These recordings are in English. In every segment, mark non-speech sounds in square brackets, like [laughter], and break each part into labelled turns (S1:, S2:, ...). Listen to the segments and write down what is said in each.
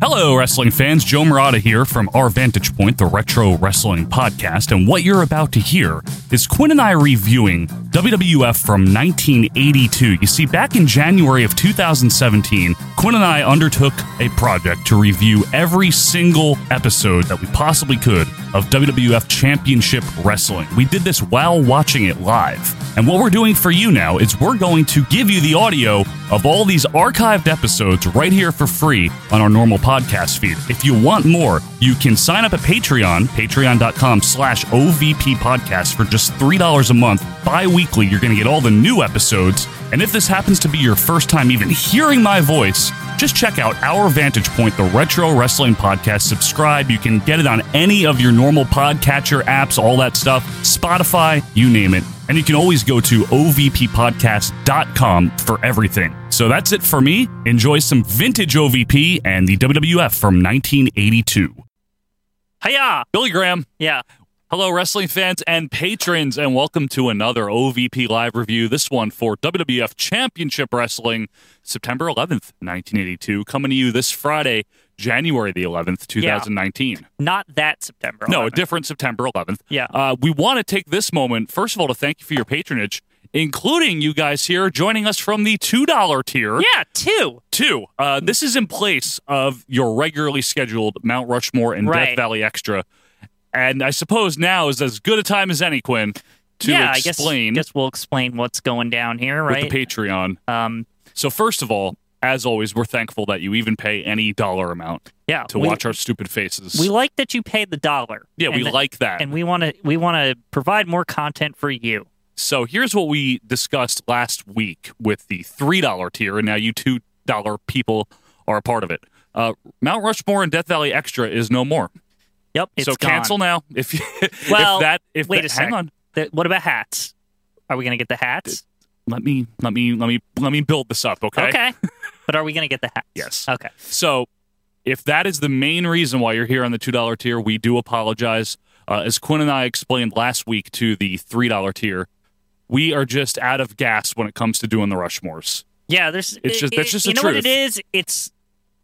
S1: Hello, wrestling fans. Joe Murata here from Our Vantage Point, the Retro Wrestling Podcast. And what you're about to hear is Quinn and I reviewing WWF from 1982. You see, back in January of 2017, Quinn and I undertook a project to review every single episode that we possibly could of WWF Championship Wrestling. We did this while watching it live. And what we're doing for you now is we're going to give you the audio of all these archived episodes right here for free on our normal podcast feed. If you want more, you can sign up at Patreon, patreon.com slash OVP podcast for just $3 a month. Bi-weekly, you're going to get all the new episodes. And if this happens to be your first time even hearing my voice, just check out Our Vantage Point, the Retro Wrestling Podcast. Subscribe. You can get it on any of your normal podcatcher apps, all that stuff, Spotify, you name it. And you can always go to ovppodcast.com for everything. So that's it for me. Enjoy some vintage OVP and the WWF from 1982. Hiya, Billy Graham.
S2: Yeah.
S1: Hello, wrestling fans and patrons, and welcome to another OVP Live review. This one for WWF Championship Wrestling, September 11th, 1982, coming to you this Friday, January the 11th, 2019.
S2: Not that September.
S1: No, a
S2: 11th.
S1: different September 11th.
S2: Yeah.
S1: Uh, we want to take this moment, first of all, to thank you for your patronage, including you guys here joining us from the $2 tier.
S2: yeah, two.
S1: Two, uh, this is in place of your regularly scheduled Mount Rushmore and Death
S2: Right.
S1: Valley Extra. And I suppose now is as good a time as any, Quinn, to
S2: yeah,
S1: explain
S2: I guess, guess we'll explain what's going down here, right?
S1: with the Patreon.
S2: um,
S1: So, first of all, as always, we're thankful that you even pay any dollar amount
S2: yeah,
S1: to
S2: we,
S1: watch our stupid faces.
S2: We like that you paid the dollar.
S1: yeah,
S2: and
S1: we
S2: th-
S1: like that.
S2: and we want to we want to provide more content for you.
S1: So here's what we discussed last week with the three dollar tier, and now you two dollar people are a part of it. Uh, Mount Rushmore and Death Valley Extra is no more.
S2: Yep, it's
S1: so
S2: gone.
S1: cancel now. [laughs] If you,
S2: Well,
S1: if that if
S2: wait
S1: that,
S2: a sec.
S1: hang on,
S2: Th- what about hats? Are we going to get the hats?
S1: let me let me let me let me build this up, okay? [laughs]
S2: but are we going to get the hats?
S1: Yes.
S2: Okay.
S1: So if that is the main reason why you're here on the two dollar tier, we do apologize. Uh, as Quinn and I explained last week to the three dollar tier, we are just out of gas when it comes to doing the Rushmores.
S2: Yeah, there's.
S1: It's just-
S2: it-
S1: that's just
S2: you
S1: the
S2: know what
S1: truth.
S2: it is. It's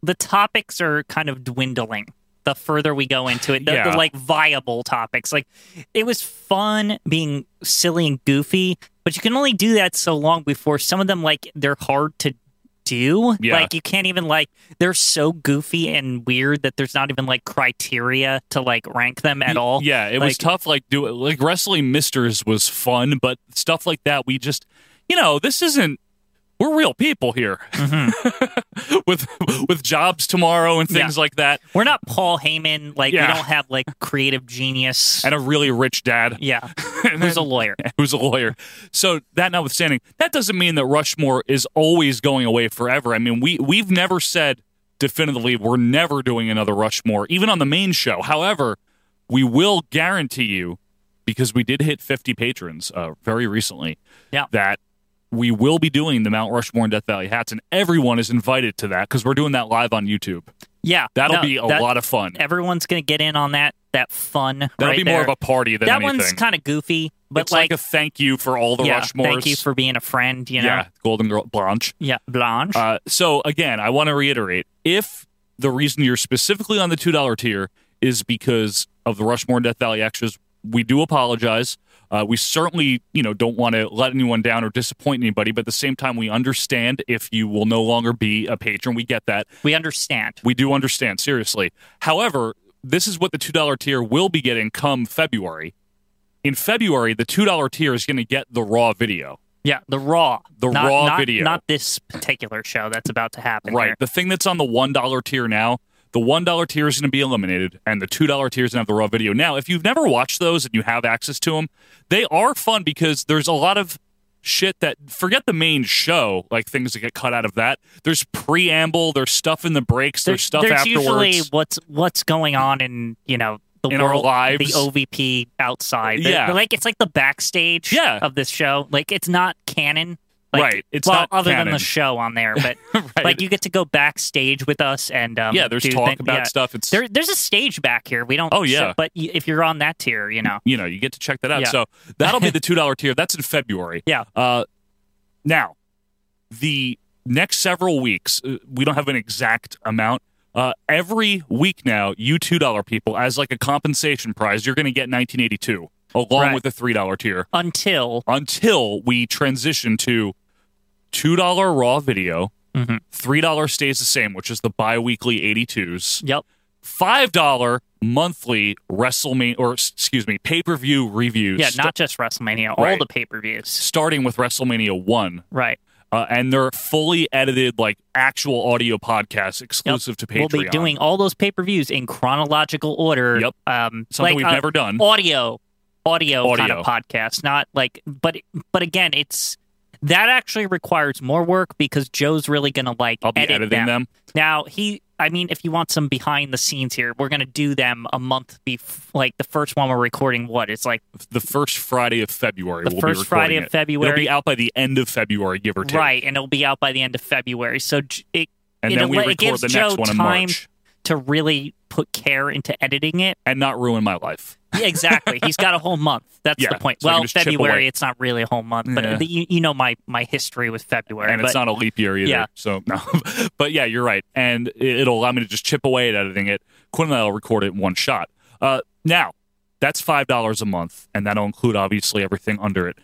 S2: the topics are kind of dwindling the further we go into it. The,
S1: Yeah.
S2: the like viable topics. Like it was fun being silly and goofy, but you can only do that so long before some of them like they're hard to do.
S1: Yeah.
S2: Like you can't even like they're so goofy and weird that there's not even like criteria to like rank them at
S1: Y-
S2: all.
S1: Yeah, it was
S2: Like-
S1: tough. Like do like wrestling misters was fun, but stuff like that, we just you know this isn't. We're real people here [laughs]
S2: Mhm.
S1: with with jobs tomorrow and things like that,
S2: We're not Paul Heyman. Like
S1: Yeah.
S2: we don't have like creative genius.
S1: and a really rich dad
S2: [laughs] yeah,
S1: And
S2: who's a
S1: then-
S2: lawyer?
S1: who's a lawyer. So that notwithstanding, that doesn't mean that Rushmore is always going away forever. I mean, we we've never said definitively we're never doing another Rushmore, even on the main show. However, we will guarantee you because we did hit 50 patrons uh, very recently.
S2: Yeah.
S1: that we will be doing the Mount Rushmore and Death Valley hats, and everyone is invited to that because we're doing that live on YouTube.
S2: Yeah,
S1: That'll
S2: no,
S1: be a
S2: that-
S1: lot of fun.
S2: Everyone's gonna get in on that that fun.
S1: That'll
S2: right
S1: be more
S2: there.
S1: of a party than
S2: that
S1: anything.
S2: one's kind of goofy, but
S1: it's like, a thank you for all the
S2: yeah,
S1: Rushmores.
S2: thank you for being a friend. You know,
S1: yeah, Golden Girl Blanche.
S2: Yeah, Blanche.
S1: Uh, so again, I want to reiterate: if the reason you're specifically on the two dollar tier is because of the Rushmore and Death Valley extras, we do apologize. Uh, we certainly, you know, don't want to let anyone down or disappoint anybody, but at the same time, we understand if you will no longer be a patron. We get that.
S2: we understand.
S1: We do understand, seriously. However, this is what the $2 tier will be getting come February. In February, the $2 tier is going to get the raw video.
S2: Yeah, the raw,
S1: The
S2: Not-
S1: raw
S2: not-
S1: video.
S2: not this particular show that's about to happen.
S1: Right.
S2: here.
S1: The thing that's on the $1 tier now, the $1 tier is going to be eliminated, and the $2 tier is going to have the raw video. Now, if you've never watched those and you have access to them, they are fun because there's a lot of shit that forget the main show like things that get cut out of that there's preamble there's stuff in the breaks there's,
S2: There's,
S1: stuff
S2: there's
S1: afterwards
S2: usually what's what's going on in you know the
S1: In our
S2: world,
S1: lives.
S2: the OVP outside. The-
S1: Yeah.
S2: like it's like the backstage.
S1: Yeah.
S2: of this show. Like it's not canon. Like,
S1: Right, it's
S2: well,
S1: not
S2: other than
S1: canon.
S2: the show on there, but [laughs]
S1: Right.
S2: like you get to go backstage with us and um,
S1: yeah there's
S2: do
S1: talk
S2: thi-
S1: about
S2: yeah.
S1: stuff it's
S2: There, there's a stage back here. We don't.
S1: Oh, yeah.
S2: but y- if you're on that tier, you know.
S1: you know you get to check that out
S2: Yeah.
S1: so that'll be the
S2: [laughs]
S1: two dollar tier that's in february
S2: Yeah.
S1: uh now the next several weeks uh, we don't have an exact amount Uh, every week now, you two dollar people, as like a compensation prize, you're going to get 1982 along
S2: Right.
S1: with the three dollar tier
S2: until
S1: until we transition to two dollar raw video.
S2: Mhm.
S1: Three dollar stays the same, which is the bi-weekly 82s.
S2: yep
S1: Five dollar monthly WrestleMania or s- excuse me pay per view reviews.
S2: yeah
S1: sta-
S2: not just WrestleMania all
S1: Right.
S2: the pay per views
S1: starting with WrestleMania one.
S2: right
S1: Uh, and they're fully edited, like actual audio podcasts exclusive to Patreon.
S2: we'll be doing all those pay per views in chronological order
S1: Yep.
S2: um
S1: something
S2: like,
S1: we've
S2: uh,
S1: never done.
S2: audio audio, kind
S1: Audio.
S2: of podcast not like but but again it's that actually requires more work because joe's really gonna like
S1: I'll be
S2: edit
S1: editing
S2: them.
S1: them.
S2: now he i mean if you want some behind the scenes here we're gonna do them a month before like the first one we're recording what it's like
S1: The first Friday of February.
S2: the
S1: we'll be
S2: first
S1: recording
S2: friday of
S1: it.
S2: february
S1: It'll be out by the end of February, give or take.
S2: right and it'll be out by the end of february so j- it,
S1: And then
S2: It'll
S1: we
S2: let- it
S1: record
S2: gives
S1: the next
S2: Joe
S1: one in
S2: time-
S1: March
S2: to really put care into editing it
S1: and not ruin my life.
S2: Yeah, exactly. He's got a whole month. That's
S1: Yeah,
S2: the point.
S1: so I can
S2: well,
S1: just chip away.
S2: February, it's not really a whole month, but
S1: Yeah.
S2: the, you, you know my my history with February.
S1: and
S2: but
S1: it's not a leap year either.
S2: Yeah.
S1: So [laughs] no, but yeah, you're right, and it- it'll allow me to just chip away at editing it. Quinn and I'll record it in one shot. Uh, now, that's five dollars a month, and that'll include obviously everything under it.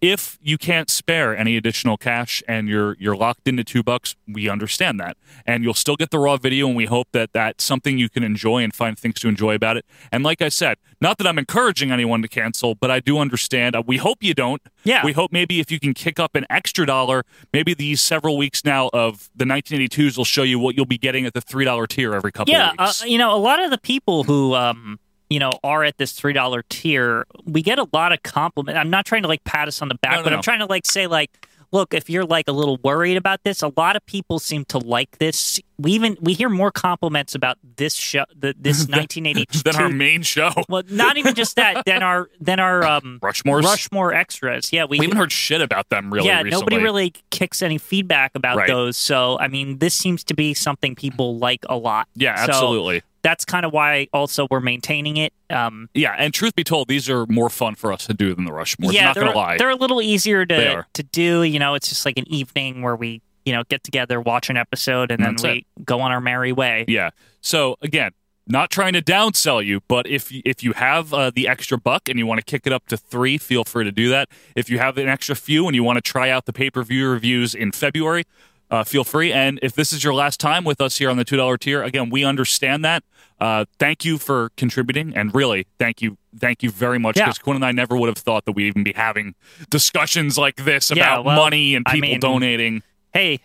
S1: If you can't spare any additional cash and you're you're locked into two bucks, we understand that, and you'll still get the raw video, and we hope that that's something you can enjoy and find things to enjoy about it. And like I said, not that I'm encouraging anyone to cancel, but I do understand. Uh, we hope you don't.
S2: yeah,
S1: We hope maybe if you can kick up an extra dollar, maybe these several weeks now of the 1982s will show you what you'll be getting at the three dollar tier every couple
S2: yeah.
S1: of
S2: Uh,
S1: weeks.
S2: you know, a lot of the people who um you know are at this three dollar tier, we get a lot of compliment. I'm not trying to like pat us on the back,
S1: no,
S2: but
S1: no.
S2: I'm trying to like say like. Look, if you're like a little worried about this, a lot of people seem to like this. We even we hear more compliments about this show, the,
S1: [laughs]
S2: this 1982.
S1: then our main show,
S2: well, not even
S1: [laughs]
S2: just that. Than our than our um,
S1: Rushmore's.
S2: Rushmore extras. Yeah, we,
S1: we haven't heard shit about them really.
S2: yeah,
S1: recently.
S2: nobody really kicks any feedback about
S1: Right.
S2: those. So I mean, this seems to be something people like a lot.
S1: Yeah,
S2: So-
S1: absolutely.
S2: That's kind of why also we're maintaining it. Um,
S1: yeah, and truth be told, these are more fun for us to do than the Rushmores.
S2: yeah,
S1: not
S2: they're
S1: gonna lie.
S2: they're a little easier
S1: They
S2: to
S1: are.
S2: to do. You know, it's just like an evening where we you know get together, watch an episode, and then
S1: That's
S2: we go on our merry way.
S1: Yeah. So again, not trying to downsell you, but if if you have uh, the extra buck and you want to kick it up to three, feel free to do that. If you have an extra few and you want to try out the pay per view reviews in February, uh, feel free. And if this is your last time with us here on the two dollar tier, again, we understand that. Uh, thank you for contributing, and really, thank you, thank you very much.
S2: Yeah.
S1: Because Quinn and I never would have thought that we'd even be having discussions like this
S2: Yeah,
S1: about
S2: well,
S1: money and
S2: I
S1: people
S2: mean-
S1: donating. [laughs]
S2: Hey,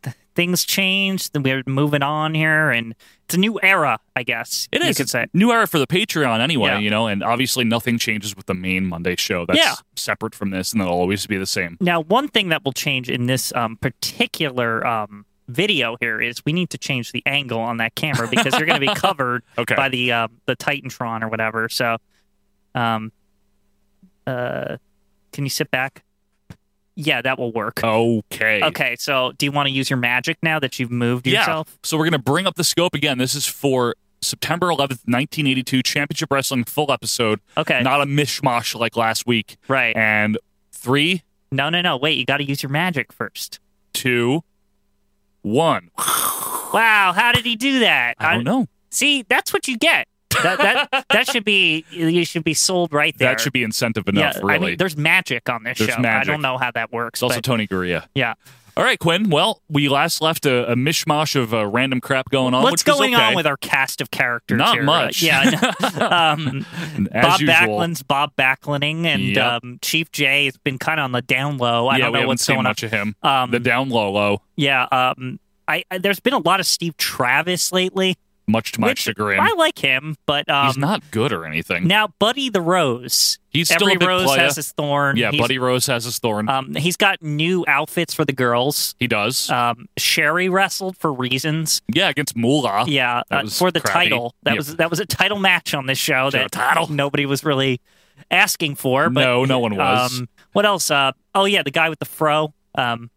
S2: th- things change. We're moving on here, and it's a new era, I guess.
S1: It
S2: you
S1: is.
S2: could say.
S1: new era for the Patreon anyway,
S2: Yeah.
S1: you know, and obviously nothing changes with the main Monday show. That's
S2: Yeah.
S1: separate from this and that'll always be the same.
S2: Now, one thing that will change in this um, particular um, video here is we need to change the angle on that camera because you're
S1: [laughs]
S2: going to be covered
S1: Okay.
S2: by the um the Titantron or whatever. So, um, uh, can you sit back? Yeah, that will work.
S1: okay.
S2: Okay, so do you want to use your magic now that you've moved
S1: Yeah.
S2: yourself?
S1: So we're gonna bring up the scope again. This is for September eleventh, nineteen eighty two, championship wrestling full episode.
S2: Okay,
S1: Not a mishmash like last week.
S2: right.
S1: And three,
S2: No, no, no. Wait, you got to use your magic first.
S1: two, one.
S2: Wow, how did he do that?
S1: I don't know.
S2: See, that's what you get. That that that should be you should be sold right there.
S1: That should be incentive enough,
S2: I
S1: really.
S2: mean, there's magic on this
S1: There's
S2: show.
S1: magic.
S2: I don't know how that works.
S1: It's also
S2: but-
S1: Tony Gurria.
S2: yeah.
S1: All right, Quinn. Well, we last left a, a mishmash of uh, random crap going on.
S2: What's
S1: which was
S2: going
S1: okay.
S2: on with our cast of characters?
S1: Not
S2: here?
S1: much.
S2: Uh, yeah. I
S1: [laughs]
S2: know. um,
S1: As
S2: Bob
S1: usual.
S2: Backlund's Bob Backlining, and
S1: Yep.
S2: um, Chief J has been kind of on the down low. I
S1: yeah,
S2: don't
S1: we
S2: know
S1: haven't
S2: what's
S1: seen
S2: going
S1: much of him.
S2: on. Um,
S1: the down low low,
S2: yeah. Um, I, I there's been a lot of Steve Travis lately.
S1: much to my
S2: which
S1: chagrin.
S2: I like him, but um,
S1: He's not good or anything.
S2: now Buddy the Rose.
S1: He's still
S2: Every
S1: a big
S2: rose
S1: player.
S2: has his thorn.
S1: yeah,
S2: He's-
S1: Buddy Rose has his thorn.
S2: Um, he's got new outfits for the girls.
S1: he does.
S2: Um, Sherry wrestled for reasons.
S1: yeah, against [laughs] Moolah.
S2: Yeah,
S1: That
S2: uh,
S1: was
S2: for the
S1: crappy.
S2: title. That
S1: Yep.
S2: was that was a title match on this show
S1: Should have
S2: that
S1: title. [laughs]
S2: nobody was really asking for. But
S1: No, no one was.
S2: Um, what else? Uh, oh yeah, the guy with the fro. Um,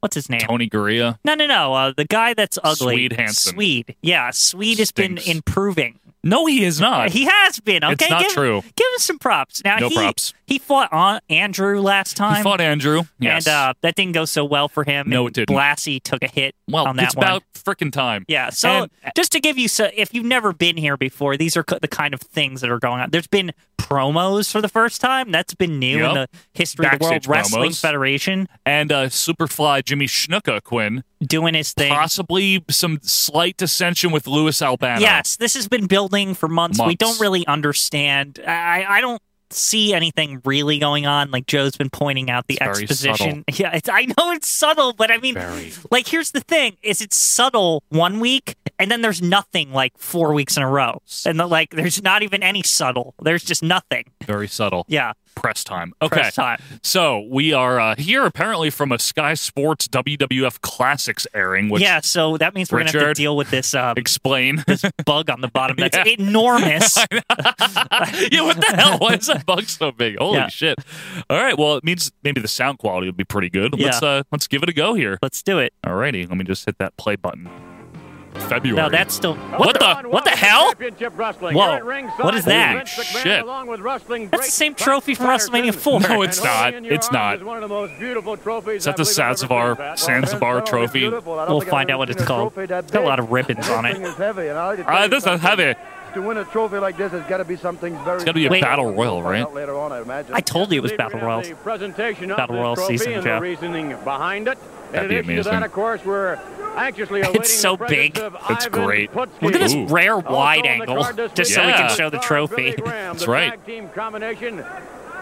S2: what's his name?
S1: Tony Gurria.
S2: No, no, no. Uh, the guy that's ugly.
S1: Swede Hansen.
S2: Swede. Yeah, Swede has been
S1: Stinks.
S2: improving.
S1: No, he is not.
S2: He has been. Okay,
S1: It's not
S2: give,
S1: true.
S2: Give him some props. Now
S1: No
S2: he
S1: props.
S2: he fought on Andrew last time.
S1: He fought Andrew. Yes.
S2: And uh, that didn't go so well for him.
S1: No,
S2: and
S1: it didn't.
S2: Blassie took a hit
S1: well,
S2: on that
S1: it's
S2: one.
S1: about freaking time.
S2: yeah. So
S1: And-
S2: just to give you, so if you've never been here before, these are co- the kind of things that are going on. There's been promos for the first time. That's been new in the
S1: Yep.
S2: history of the World
S1: Backstage
S2: Wrestling
S1: promos.
S2: Federation
S1: And uh, Superfly Jimmy Snuka Quinn,
S2: doing his thing.
S1: possibly some slight dissension with Louis Albano.
S2: Yes, this has been building for months. We
S1: Months.
S2: don't really understand. I, I don't see anything really going on. Like Joe's been pointing out the
S1: It's very
S2: exposition. [laughs] Yeah, it's, I know it's subtle, but I mean,
S1: Very.
S2: like, here's the thing: is it's subtle one week, and then there's nothing like four weeks in a row, and the, like there's not even any subtle. There's just nothing.
S1: Very subtle.
S2: Yeah.
S1: Press time. Okay.
S2: press time.
S1: So we are uh, here apparently from a Sky Sports WWF Classics airing, which
S2: yeah. So that means we're gonna have
S1: Richard.
S2: to deal with
S1: [laughs]
S2: this uh,
S1: explain.
S2: bug on the bottom. That's
S1: Yeah. [laughs]
S2: enormous.
S1: yeah, what the hell? Why is that bug so big? Holy
S2: Yeah.
S1: shit! All right, well, it means maybe the sound quality will be pretty good. Let's uh, let's give it a go here.
S2: Let's do it.
S1: Alrighty, let me just hit that play button. February.
S2: No, that's still
S1: What the-
S2: what the hell? Whoa. What is that?
S1: Shit.
S2: That's the same trophy from WrestLMania 4.
S1: No, it's not. It's not.
S3: Is
S1: that the Zanzibar- Zanzibar trophy?
S2: We'll find out what it's called. It's got a lot of ribbons on it.
S1: Uh, this is heavy.
S3: To win a trophy like this, it's got to be something very.
S1: It's got to be a
S2: Wait.
S1: battle royal, right?
S3: Later on, I imagine.
S2: I told you it was Battle Royals.
S3: The presentation of
S2: Battle
S3: this
S2: Royale
S3: trophy
S2: season,
S3: and the
S2: Jeff.
S3: reasoning behind it. In
S1: That'd be
S3: addition To
S1: amazing.
S3: that, of course, we're anxiously awaiting
S2: It's so
S3: the presence
S2: big.
S3: of
S1: That's
S3: Ivan
S1: great.
S3: Putski.
S2: Look at this
S1: Ooh.
S2: rare
S3: Also on
S2: wide
S3: the
S2: angle,
S3: card this
S2: [laughs] just so
S1: week
S2: we can
S1: is
S2: show the
S3: star
S2: trophy.
S3: Billy Graham,
S1: That's
S3: the
S1: right.
S3: tag team combination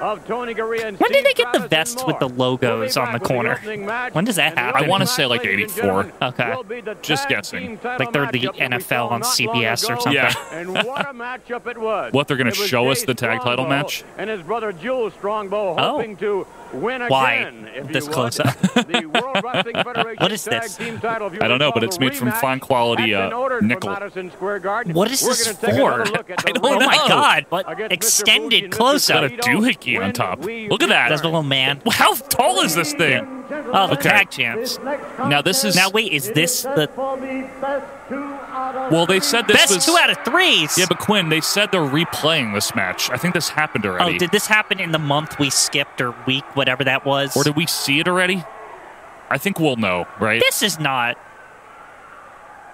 S3: of Tony Gurria and
S2: When
S3: Steve
S2: did they get the
S3: Travis and
S2: vests with
S3: more?
S2: the logos
S3: We'll be
S2: on the
S3: back with
S2: corner?
S3: opening match,
S2: When does that
S3: and the
S2: happen?
S3: opening
S1: I wanna
S3: match,
S1: say like
S3: ladies and
S1: 84.
S3: gentlemen,
S2: Okay.
S3: will be the
S1: Just
S3: tag
S1: guessing.
S3: team title
S2: Like they're the
S3: matchup that we
S2: NFL on
S3: saw not long
S2: CBS or
S3: ago.
S2: something.
S1: Yeah.
S3: and what
S2: [laughs]
S3: a matchup it was.
S1: What, they're gonna
S3: It was
S1: show us
S3: Jay
S1: the tag title
S3: Strongbow
S1: match?
S3: And his brother Jules Strongbow
S2: Oh.
S3: hoping to win
S2: Why
S3: again. if you
S2: this
S3: would.
S2: close up?
S3: The World Wrestling Federation
S2: [laughs] What is
S3: tag
S2: this?
S3: team title, if you
S1: I don't know,
S3: recall,
S1: but it's
S3: the
S1: made from
S3: rematch
S1: fine quality,
S3: has been
S1: uh,
S3: ordered from
S1: nickel.
S3: Madison Square Garden.
S2: What is
S3: We're
S2: this
S3: gonna take another
S2: for?
S3: look at the
S1: I don't
S2: Oh
S3: rematch
S2: my
S1: know.
S2: god,
S3: against
S2: what
S3: Mr. Fuji
S2: extended
S3: and Mr.
S2: close
S1: Got a
S2: up.
S3: Torpedo
S1: doohickey on
S3: when
S1: top.
S3: we
S1: Look at that.
S2: That's a little man.
S1: How tall is this thing?
S2: Oh, the tag champs.
S1: Now this is
S2: Now wait, is this the
S1: Well, they said this
S2: best
S1: was
S2: two out of threes?
S1: Yeah, but Quinn, they said they're replaying this match. I think this happened already.
S2: oh, did this happen in the month we skipped or week, whatever that was?
S1: or did we see it already? I think we'll know, right?
S2: this is not.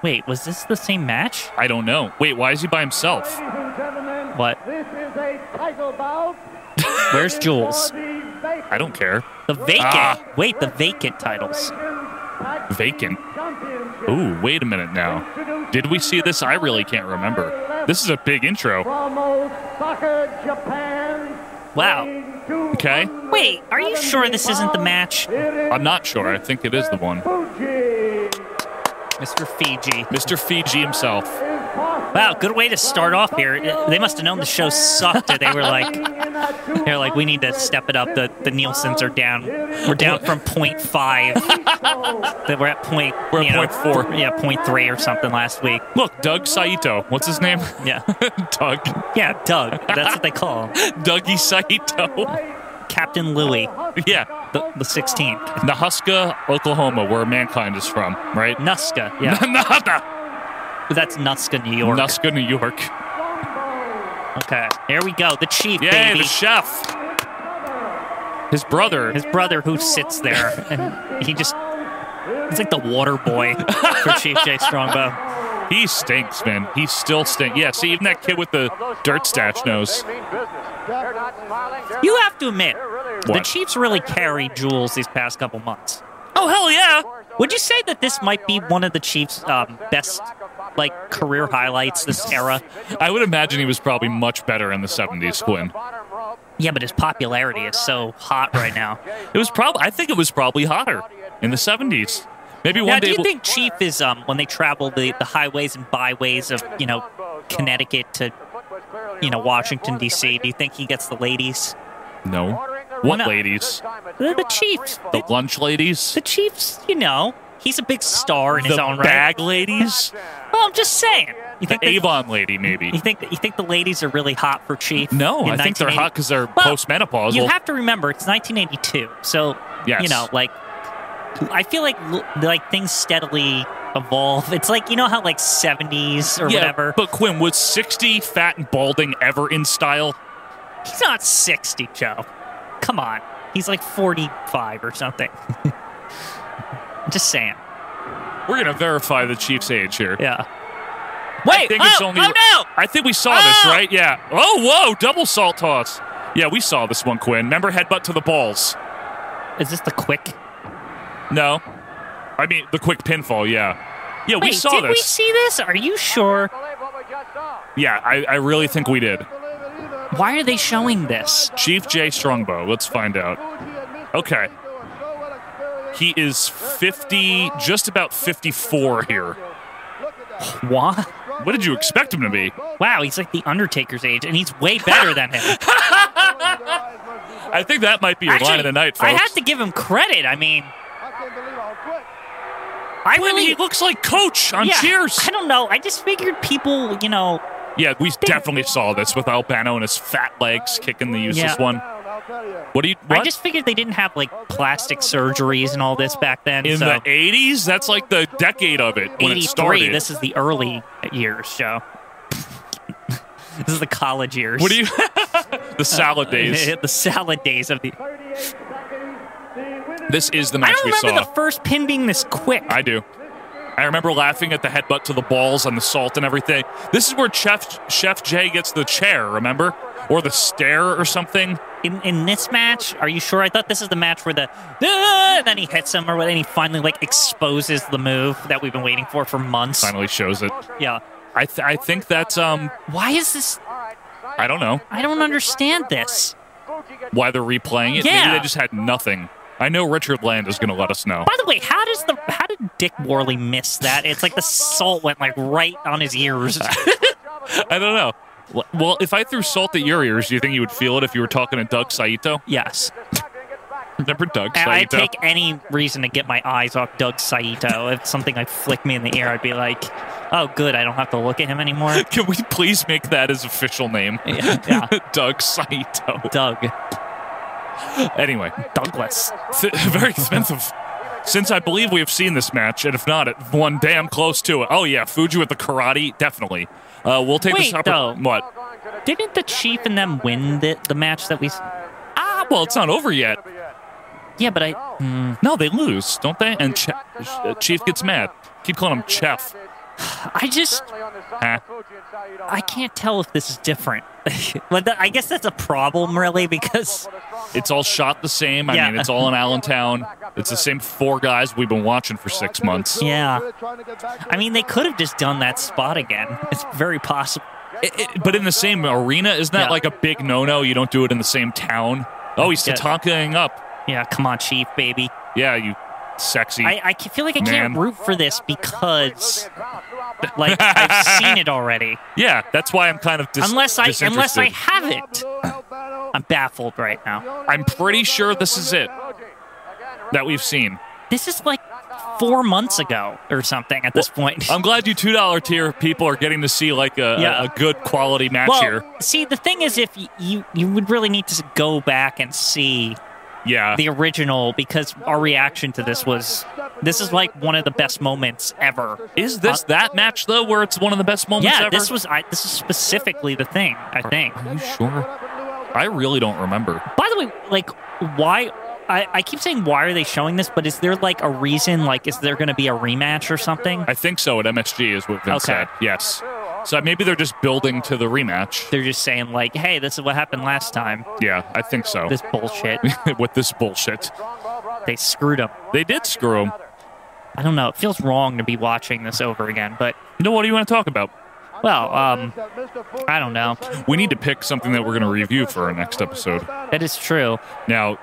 S2: Wait, was this the same match?
S1: I don't know. Wait, why is he by himself?
S3: Ladies and gentlemen,
S2: What?
S3: This is a title bout.
S2: Where's Jules?
S1: I don't care.
S2: The vacant.
S1: Ah.
S2: Wait, the vacant titles.
S1: Vacant. Ooh, wait a minute now. Did we see this? I really can't remember. This is a big intro.
S3: From Old Soccer Japan.
S2: Wow.
S1: Okay.
S2: Wait, are you sure this isn't the match?
S1: I'm not sure. I think it is the one.
S3: Fuji
S2: Mr. Fiji.
S1: Mr. Fiji himself.
S3: is possible.
S2: Wow, good way to start off here. Uh, They must have known the show sucked, and they were like, [laughs] they're like, we need to step it up. The the Nielsen's are down. We're down from 0.5.
S3: [laughs]
S2: That we're at point.
S1: We're at
S2: you know,
S1: 0.4.
S2: Yeah, 0.3 or something last week.
S1: Look, Doug Saito. What's his name? [laughs]
S2: Yeah,
S1: Doug.
S2: yeah, Doug. That's what they call him.
S1: Dougie
S2: [laughs]
S1: Saito.
S2: Captain Louie,
S1: yeah.
S2: the, the 16th.
S1: Nahuska, Oklahoma, where mankind is from, right?
S2: Nuska,
S1: [laughs]
S2: yeah,
S1: Nada.
S2: that's Nuska, New York.
S1: Nahuska, New York.
S2: Okay, there we go. The chief,
S1: Yay,
S2: baby.
S1: the chef. His brother.
S2: His brother who sits there, [laughs] and he just. It's like the water boy
S1: [laughs]
S2: for Chief J Strongbow.
S1: He stinks, man. He still stinks. Yeah, see, even that kid with the dirt stash knows.
S3: They mean business. They're not smiling. They're
S2: You have to admit, the
S1: What?
S2: Chiefs really carried Jules these past couple months.
S1: Oh, hell yeah.
S2: Would you say that this might be one of the Chiefs' um, best, like, career highlights this era? Uh,
S1: I would imagine he was probably much better in the 70s, Quinn.
S3: bottom rope.
S2: Yeah, but his popularity is so hot right now.
S1: It was probably, I think it was probably hotter in the 70s. Maybe one
S2: now, do
S1: day.
S2: you
S1: we'll-
S2: think Chief is um, when they travel the, the highways and byways of you know Connecticut to you know Washington D.C. Do you think he gets the ladies?
S1: no. What
S2: No.
S1: ladies?
S2: The, the Chiefs,
S1: The
S2: the,
S1: lunch ladies?
S2: the Chiefs, you know, he's a big star in his
S1: The
S2: own right.
S1: bag ladies?
S2: Well, I'm just saying. You
S1: The
S2: think that-
S1: Avon lady, maybe.
S2: You think you think the ladies are really hot for Chief?
S1: No,
S2: in
S1: I think they're
S2: 1980?
S1: hot because they're
S2: Well,
S1: postmenopausal.
S2: You have to remember it's 1982, so
S1: Yes.
S2: you know, like I feel like l- like things steadily evolve. It's like you know how like seventies or
S1: yeah,
S2: whatever.
S1: But Quinn was 60, fat and balding, ever in style.
S2: He's not sixty, Joe. Come on, he's like forty-five or something. [laughs] Just saying.
S1: We're gonna verify the Chiefs' age here.
S2: Yeah.
S1: I
S2: Wait.
S1: think
S2: oh,
S1: it's only.
S2: oh no!
S1: I think we saw this,
S2: Oh!
S1: right? Yeah. Oh, whoa! Double salt toss. Yeah, we saw this one, Quinn. Remember headbutt to the balls?
S2: Is this the quick?
S1: No. I mean the quick pinfall. Yeah. Yeah, we
S2: Wait,
S1: saw
S2: did
S1: this.
S2: we see this? Are you sure?
S3: Believe what we just saw.
S1: yeah, I, I really think we did.
S3: Believe it either.
S2: Why are they showing this?
S1: Chief Jay Strongbow. Let's find out. Okay. He is 50, just about 54 here.
S2: What?
S1: What did you expect him to be?
S2: Wow, he's like the Undertaker's age, and he's way better
S1: [laughs]
S2: than him.
S1: I think that might be your line of the night, folks.
S2: I have to give him credit. I mean, I
S1: Quinn,
S2: really
S1: he looks like Coach on
S2: yeah,
S1: Cheers.
S2: [laughs] I don't know. I just figured people, you know,
S1: Yeah, we definitely saw this with Albano and his fat legs kicking the useless
S2: Yeah.
S1: one. What do you?
S2: I
S1: What?
S2: just figured they didn't have like plastic surgeries and all this back then.
S1: in
S2: so
S1: the '80s, that's like the decade of it when it
S2: 83,
S1: started.
S2: this is the early years, Joe. [laughs] this is the college years.
S1: what do you? [laughs] the
S2: Uh,
S1: salad
S2: [laughs]
S1: days.
S2: the salad days of the.
S1: This is the
S2: I
S1: match
S2: don't
S1: we
S2: remember
S1: saw.
S2: the first pin being this quick.
S1: I do. I remember laughing at the headbutt to the balls and the salt and everything. This is where Chef Chef Jay gets the chair, remember, or the stare or something.
S2: in, in this match, are you sure? I thought this is the match where the "Ah," and then he hits him or what, and he finally like exposes the move that we've been waiting for for months.
S1: Finally shows it.
S2: Yeah.
S1: I th- I think that's um
S2: Why is this?
S1: I don't know
S2: I don't understand this.
S1: why they're replaying it.
S2: Yeah.
S1: Maybe they just had nothing. I know Richard Land is going to let us know.
S2: By the way, how does the how did Dick Worley miss that? It's like the salt went like right on his
S1: [laughs]
S2: ears.
S1: I don't know. Well- Well, if I threw salt at your ears, do you think you would feel it if you were talking to Doug Saito?
S2: yes.
S1: Remember Doug
S2: I- I'd
S1: Saito?
S2: take any reason to get my eyes off Doug Saito. If something like flicked me in the ear, I'd be like, "Oh, good, I don't have to look at him anymore."
S1: [laughs] Can we please make that his official name?
S2: Yeah, [laughs] yeah.
S1: [laughs] Doug Saito.
S2: Doug
S1: Anyway,
S2: Douglas.
S1: th- [laughs] very expensive. Since I believe we have seen this match, and if not, it one damn close to it. Oh yeah, Fuji with the karate, definitely. Uh, we'll take this
S2: Wait,
S1: opportunity.
S2: though.
S1: What?
S2: Didn't the chief and them win the, the match that we? s-
S1: Ah, well, it's not over yet.
S2: Yeah, but I. Hmm.
S1: No, they lose, don't they? And Ch- uh, Chief gets mad. Keep calling him Chef.
S2: I just
S1: Huh?
S2: I can't tell if this is different. [laughs] but th- I guess that's a problem, really, because
S1: It's all shot the same. I
S2: Yeah.
S1: mean, it's all in Allentown. It's the same four guys we've been watching for six months.
S2: yeah, I mean they could have just done that spot again. It's very possible.
S1: It- it- but in the same arena, isn't that
S2: Yeah.
S1: like a big no-no? You don't do it in the same town. Oh, he's
S2: Yeah.
S1: Tatankaing up.
S2: Yeah, come on, chief, baby.
S1: Yeah, you sexy.
S2: I, I ca- feel like I can't
S1: Man.
S2: root for this because like I've seen it already.
S1: Yeah, that's why I'm kind of dis-
S2: unless I unless I
S1: disinterested.
S2: have it, I'm baffled right now.
S1: I'm pretty sure this is it that we've seen.
S2: This is like four months ago or something at this point.
S1: I'm glad you two dollar tier people are getting to see like a, a-
S2: Yeah.
S1: a, good quality match
S2: well,
S1: here.
S2: see, the thing is, if y- you you would really need to go back and see
S1: Yeah,
S2: the original because our reaction to this was this is like one of the best moments ever.
S1: is this that match though where it's one of the best moments
S2: uh, Yeah,
S1: ever?
S2: this was I, this is specifically the thing I think.
S1: Are you sure? I really don't remember.
S2: By the way, like why? I, I keep saying why are they showing this, but is there like a reason? Like, is there going to be a rematch or something?
S1: I think so at MSG is what Vince
S2: Okay.
S1: said. Yes. So maybe they're just building to the rematch.
S2: They're just saying like, hey, this is what happened last time.
S1: Yeah, I think so.
S2: This bullshit.
S1: [laughs] With this bullshit,
S2: they screwed up.
S1: they did screw him.
S2: I don't know. It feels wrong to be watching this over again, but
S1: No, what do you want to talk about?
S2: well, um, I don't know.
S1: We need to pick something that we're going to review for our next episode.
S2: That is true.
S1: Now,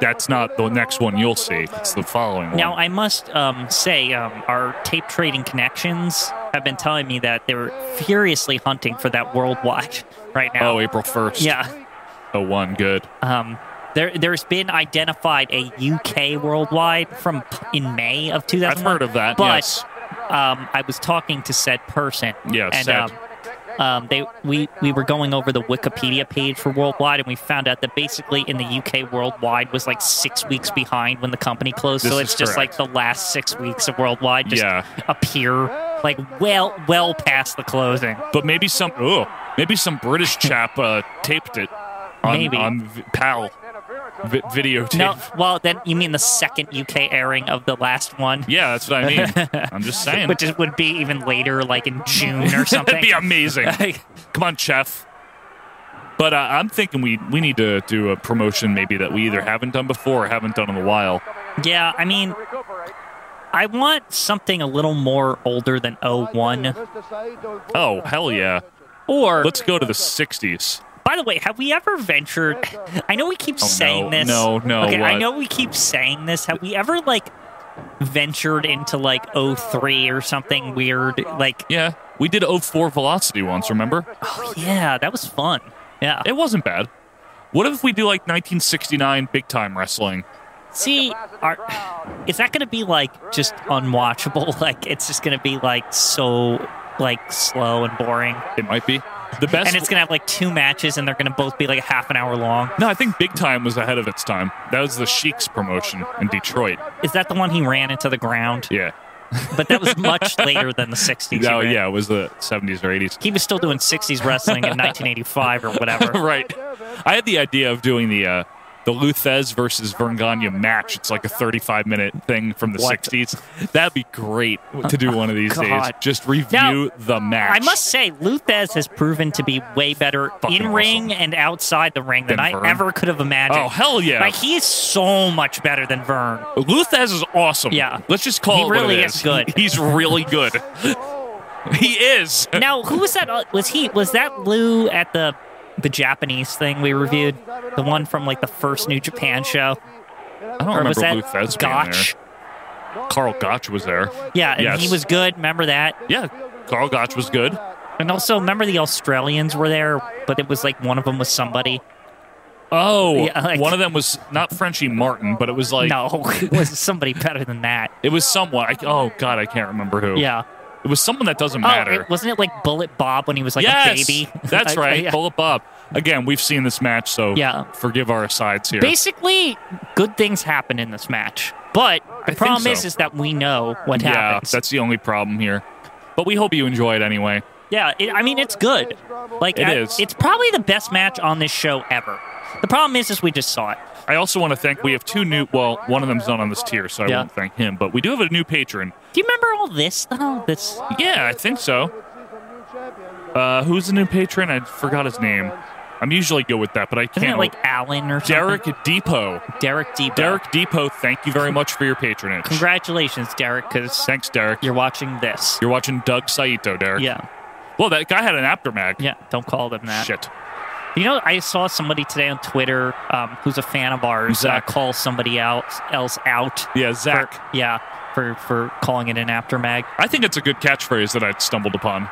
S1: that's not the next one you'll see. It's the following one.
S2: Now, I must um, say, um, our tape trading connections have been telling me that they're furiously hunting for that worldwide right now.
S1: oh, April 1st.
S2: yeah.
S1: Oh, one.
S2: [laughs]
S1: Good.
S2: Um, there, there's been identified a UK worldwide from p- in May of 2001.
S1: I've heard of that,
S2: But
S1: yes.
S2: um, I was talking to said person.
S1: Yeah,
S2: and
S1: said.
S2: Um, um, they we we were going over the Wikipedia page for Worldwide, and we found out that basically in the UK, Worldwide was like six weeks behind when the company closed. so
S1: This
S2: it's
S1: is
S2: just
S1: correct.
S2: like the last six weeks of Worldwide just
S1: Yeah.
S2: appear like well well past the closing.
S1: But maybe some ooh, maybe some
S2: [laughs]
S1: British chap uh, taped it on
S2: Maybe.
S1: on v- PAL vi- videotape.
S2: No, well then you mean the second UK airing of the last one,
S1: Yeah, that's what I mean.
S2: [laughs]
S1: I'm just saying. [laughs]
S2: which is, would be even later, like in June or something.
S1: That'd be amazing.
S2: [laughs] Like-
S1: Come on, chef. But uh, I'm thinking we we need to do a promotion maybe that we either haven't done before or haven't done in a while.
S2: yeah, I mean, I want something a little more older than 01.
S1: Oh hell yeah!
S2: Or
S1: Let's go to the '60s.
S2: By the way, have we ever ventured? I know we keep
S1: Oh, no.
S2: saying this.
S1: No, no,
S2: Okay, I
S1: what?
S2: know we keep saying this. Have we ever like ventured into like 03 or something weird? Like,
S1: Yeah, we did 04 Velocity once. Remember?
S2: oh, yeah, that was fun. Yeah.
S1: It wasn't bad. What if we do like 1969 big time wrestling?
S2: See, are, is that going to be like just unwatchable? [laughs] Like, it's just going to be like so like slow and boring.
S1: It might be the best.
S2: And it's going to have like two matches, and they're going to both be like half an hour long.
S1: no, I think Big Time was ahead of its time. That was the Sheik's promotion in Detroit.
S2: Is that the one he ran into the ground?
S1: Yeah.
S2: But that was
S1: [laughs]
S2: much later than the 60s.
S1: Oh,
S2: right?
S1: yeah, it was the 70s or 80s.
S2: He was still doing 60s wrestling in 1985 or whatever.
S1: [laughs] right. I had the idea of doing the uh, the Luthez versus Vern Gagne match. It's like a 35 minute thing from the
S2: What?
S1: 60s. That'd be great to do one of these days.
S2: [laughs] God.
S1: Just review
S2: Now,
S1: the match.
S2: I must say, Luthez has proven to be way better
S1: Fucking
S2: in ring and outside the ring than
S1: Than
S2: I
S1: Vern?
S2: ever could have imagined.
S1: Oh, hell yeah.
S2: Like, he is so much better than Vern.
S1: Luthez is awesome.
S2: Yeah.
S1: Let's just call
S2: He
S1: it what it
S2: really is good.
S1: He- he's really good. he is.
S2: Now, who was that? uh, Was he? Was that Lou at the the Japanese thing we reviewed? The one from like the first New Japan show,
S1: I don't
S2: or
S1: remember
S2: was that
S1: Luthez being
S2: Gotch?
S1: there. Carl Gotch was there.
S2: Yeah, and
S1: Yes.
S2: he was good. Remember that?
S1: Yeah, Carl Gotch was good.
S2: And also, remember the Australians were there, but it was like one of them was somebody.
S1: Oh,
S2: Yeah, like-
S1: one of them was not Frenchie Martin, but it was like
S2: no, [laughs] it was somebody better than that.
S1: It was someone. I, oh God, I can't remember who.
S2: Yeah.
S1: it was someone that doesn't matter.
S2: Oh, it, wasn't it like Bullet Bob when he was like
S1: yes,
S2: a baby?
S1: [laughs] that's
S2: [laughs] Like,
S1: right.
S2: yeah.
S1: Pull up up again. We've seen this match, so
S2: Yeah.
S1: forgive our asides here.
S2: Basically, good things happen in this match, but the
S1: think
S2: problem
S1: so.
S2: is is that we know what
S1: yeah,
S2: happens.
S1: that's the only problem here. But we hope you enjoy it anyway.
S2: yeah, it, I mean it's good. Like
S1: It
S2: I-
S1: is.
S2: It's probably the best match on this show ever. The problem is is we just saw it.
S1: I also want to thank. We have two new. Well, one of them's not on this tier, so I
S2: Yeah.
S1: won't thank him. But we do have a new patron.
S2: Do you remember all this though? This
S1: Yeah, I think so. Uh, who's the new patron? I forgot his name. I'm usually good with that, but I
S2: isn't
S1: can't.
S2: it like Alan or
S1: Derek
S2: something?
S1: Depot.
S2: Derek Debo.
S1: Derek Depot, thank you very much for your patronage.
S2: Congratulations, Derek, because
S1: Thanks, Derek.
S2: you're watching this.
S1: You're watching Doug Saito, Derek.
S2: Yeah,
S1: Well, that guy had an aftermag.
S2: yeah. Don't call them that.
S1: Shit.
S2: You know, I saw somebody today on Twitter um, who's a fan of ours uh,
S1: Zach.
S2: call somebody else else out.
S1: Yeah,
S2: For,
S1: Zach.
S2: yeah, for for calling it an aftermag.
S1: I think it's a good catchphrase that I stumbled upon.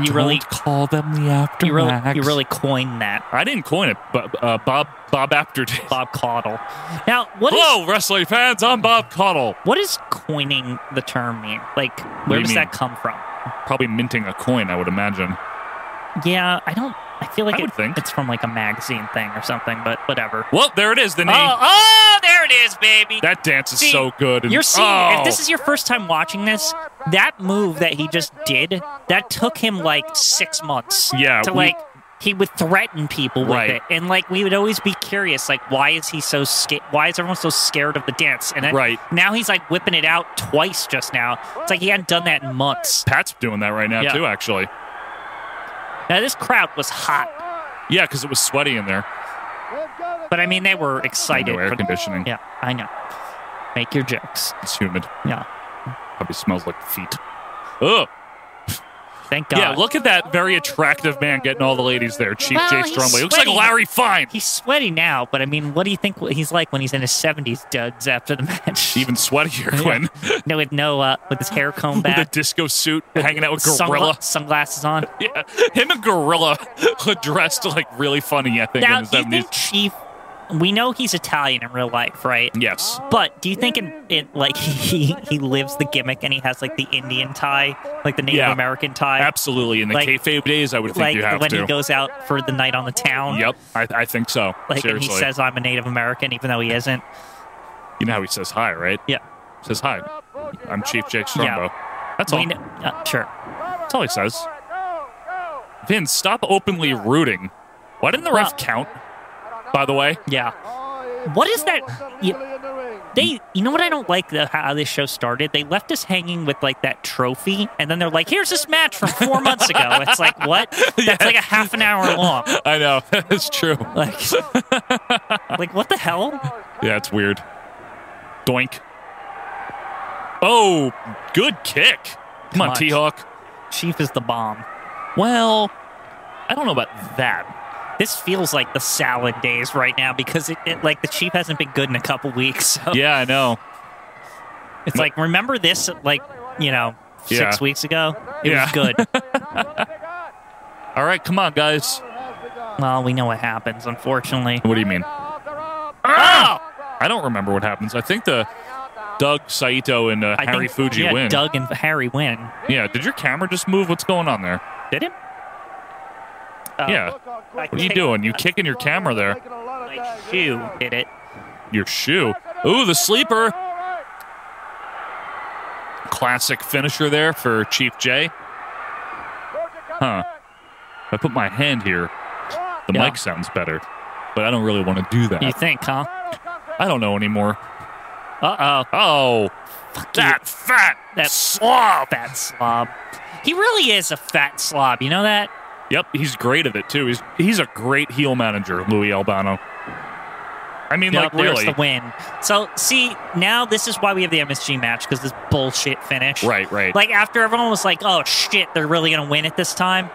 S2: You really,
S1: call them the aftermags.
S2: you really, you really coined that,
S1: I didn't coin it, but uh, Bob Bob Afterday.
S2: Bob Caudle. Now, what is
S1: Hello, wrestling fans. I'm Bob Caudle.
S2: what does coining the term mean? Like,
S1: do
S2: where
S1: you
S2: does
S1: mean?
S2: that come from?
S1: Probably minting a coin, I would imagine.
S2: Yeah, I don't. I feel like
S1: I
S2: it-
S1: would think.
S2: it's from like a magazine thing or something, but whatever.
S1: Well, there it is. The knee.
S2: Oh, oh, there it is, baby.
S1: that dance is
S2: See,
S1: so good. and-
S2: You're seeing
S1: oh,
S2: if this is your first time watching this, that move that he just did, that took him like six months.
S1: Yeah,
S2: To
S1: we-
S2: like he would threaten people with
S1: Right.
S2: it. And like we would always be curious, like, why is he so scared why is everyone so scared of the dance? And then
S1: Right.
S2: now he's like whipping it out twice just now. It's like he hadn't done that in months.
S1: Pat's doing that right now
S2: Yeah.
S1: too, actually.
S2: Now this crowd was hot,
S1: Yeah, because it was sweaty in there.
S2: but I mean they were excited.
S1: No air
S2: for-
S1: conditioning.
S2: Yeah, I know. Make your jokes.
S1: It's humid.
S2: Yeah.
S1: Probably smells like feet. Ugh.
S2: Thank God.
S1: Yeah, look at that very attractive man getting all the ladies there. Chief
S2: Well,
S1: Jay
S2: he's
S1: Strumley. Looks like
S2: sweaty.
S1: Larry Fine.
S2: He's sweaty now, but I mean, what do you think he's like when he's in his seventies duds after the [laughs] match?
S1: Even sweatier, Quinn.
S2: no, with no uh, with his hair combed
S1: With a
S2: back,
S1: disco suit, hanging out with
S2: sungla-
S1: Gorilla. [laughs]
S2: sunglasses on.
S1: Yeah. Him and Gorilla [laughs] dressed like really funny, I think,
S2: Now,
S1: in the
S2: do you
S1: 70s.
S2: think Chief we know he's Italian in real life, right?
S1: Yes.
S2: But do you think in, in like [laughs] he he lives the gimmick and he has like the Indian tie, like the Native
S1: Yeah.
S2: American tie?
S1: Absolutely. In the
S2: Like-
S1: kayfabe days, I would think
S2: Like
S1: you have
S2: when
S1: to.
S2: he goes out for the night on the town.
S1: yep, I, I think so.
S2: Like
S1: Seriously.
S2: and he says I'm a Native American even though he isn't.
S1: you know how he says hi, right?
S2: Yeah.
S1: says hi. I'm Chief Jake Strombo. That's all.
S2: We know, uh, sure.
S1: That's all he says. Vince, stop openly rooting. Why didn't the ref
S2: Well-
S1: count? [laughs] By the way,
S2: Yeah. What is that? You, they you know what I don't like the, how this show started? They left us hanging with like that trophy and then they're like, "Here's this match
S1: [laughs]
S2: from 4 months ago." It's like, "What?" That's like a half an hour long.
S1: I know [laughs] it's true.
S2: Like Like what the hell?
S1: [laughs] Yeah, it's weird. Doink. Oh, good kick. Come,
S2: Come
S1: on,
S2: on.
S1: T Hawk.
S2: Chief is the bomb.
S1: Well, I don't know about that.
S2: This feels like the salad days right now because it, it like the chief hasn't been good in a couple weeks. So
S1: Yeah, I know.
S2: it's like remember this like you know six
S1: Yeah.
S2: weeks ago. It
S1: Yeah. [laughs]
S2: was good.
S4: [laughs]
S1: All right, come on, guys.
S2: well, we know what happens, unfortunately.
S1: What do you mean? Ah! I don't remember what happens. I think the Doug Saito and uh,
S2: I
S1: Harry
S2: think,
S1: Fuji
S2: yeah,
S1: win.
S2: Doug and Harry win.
S1: Yeah, did your camera just move? What's going on there?
S2: Did it? Uh,
S1: yeah. What
S2: I
S1: are you
S2: think
S1: doing? You kicking your camera there.
S2: My shoe did it.
S1: Your shoe. Ooh, the sleeper. Classic finisher there for Chief J. Huh. If I put my hand here, the
S2: Yeah.
S1: mic sounds better. But I don't really want to do that.
S2: You think, huh?
S1: I don't know anymore.
S2: Uh oh.
S1: Oh, that fat
S2: That-
S1: slob.
S2: Fat slob. He really is a fat slob. You know that?
S1: Yep, he's great at it too. He's he's a great heel manager, Louis Albano. I mean,
S2: Yep,
S1: like really,
S2: there's the win. So see, now this is why we have the MSG match because this bullshit finish.
S1: right, right.
S2: Like after everyone was like, "Oh shit, they're really gonna win at this time."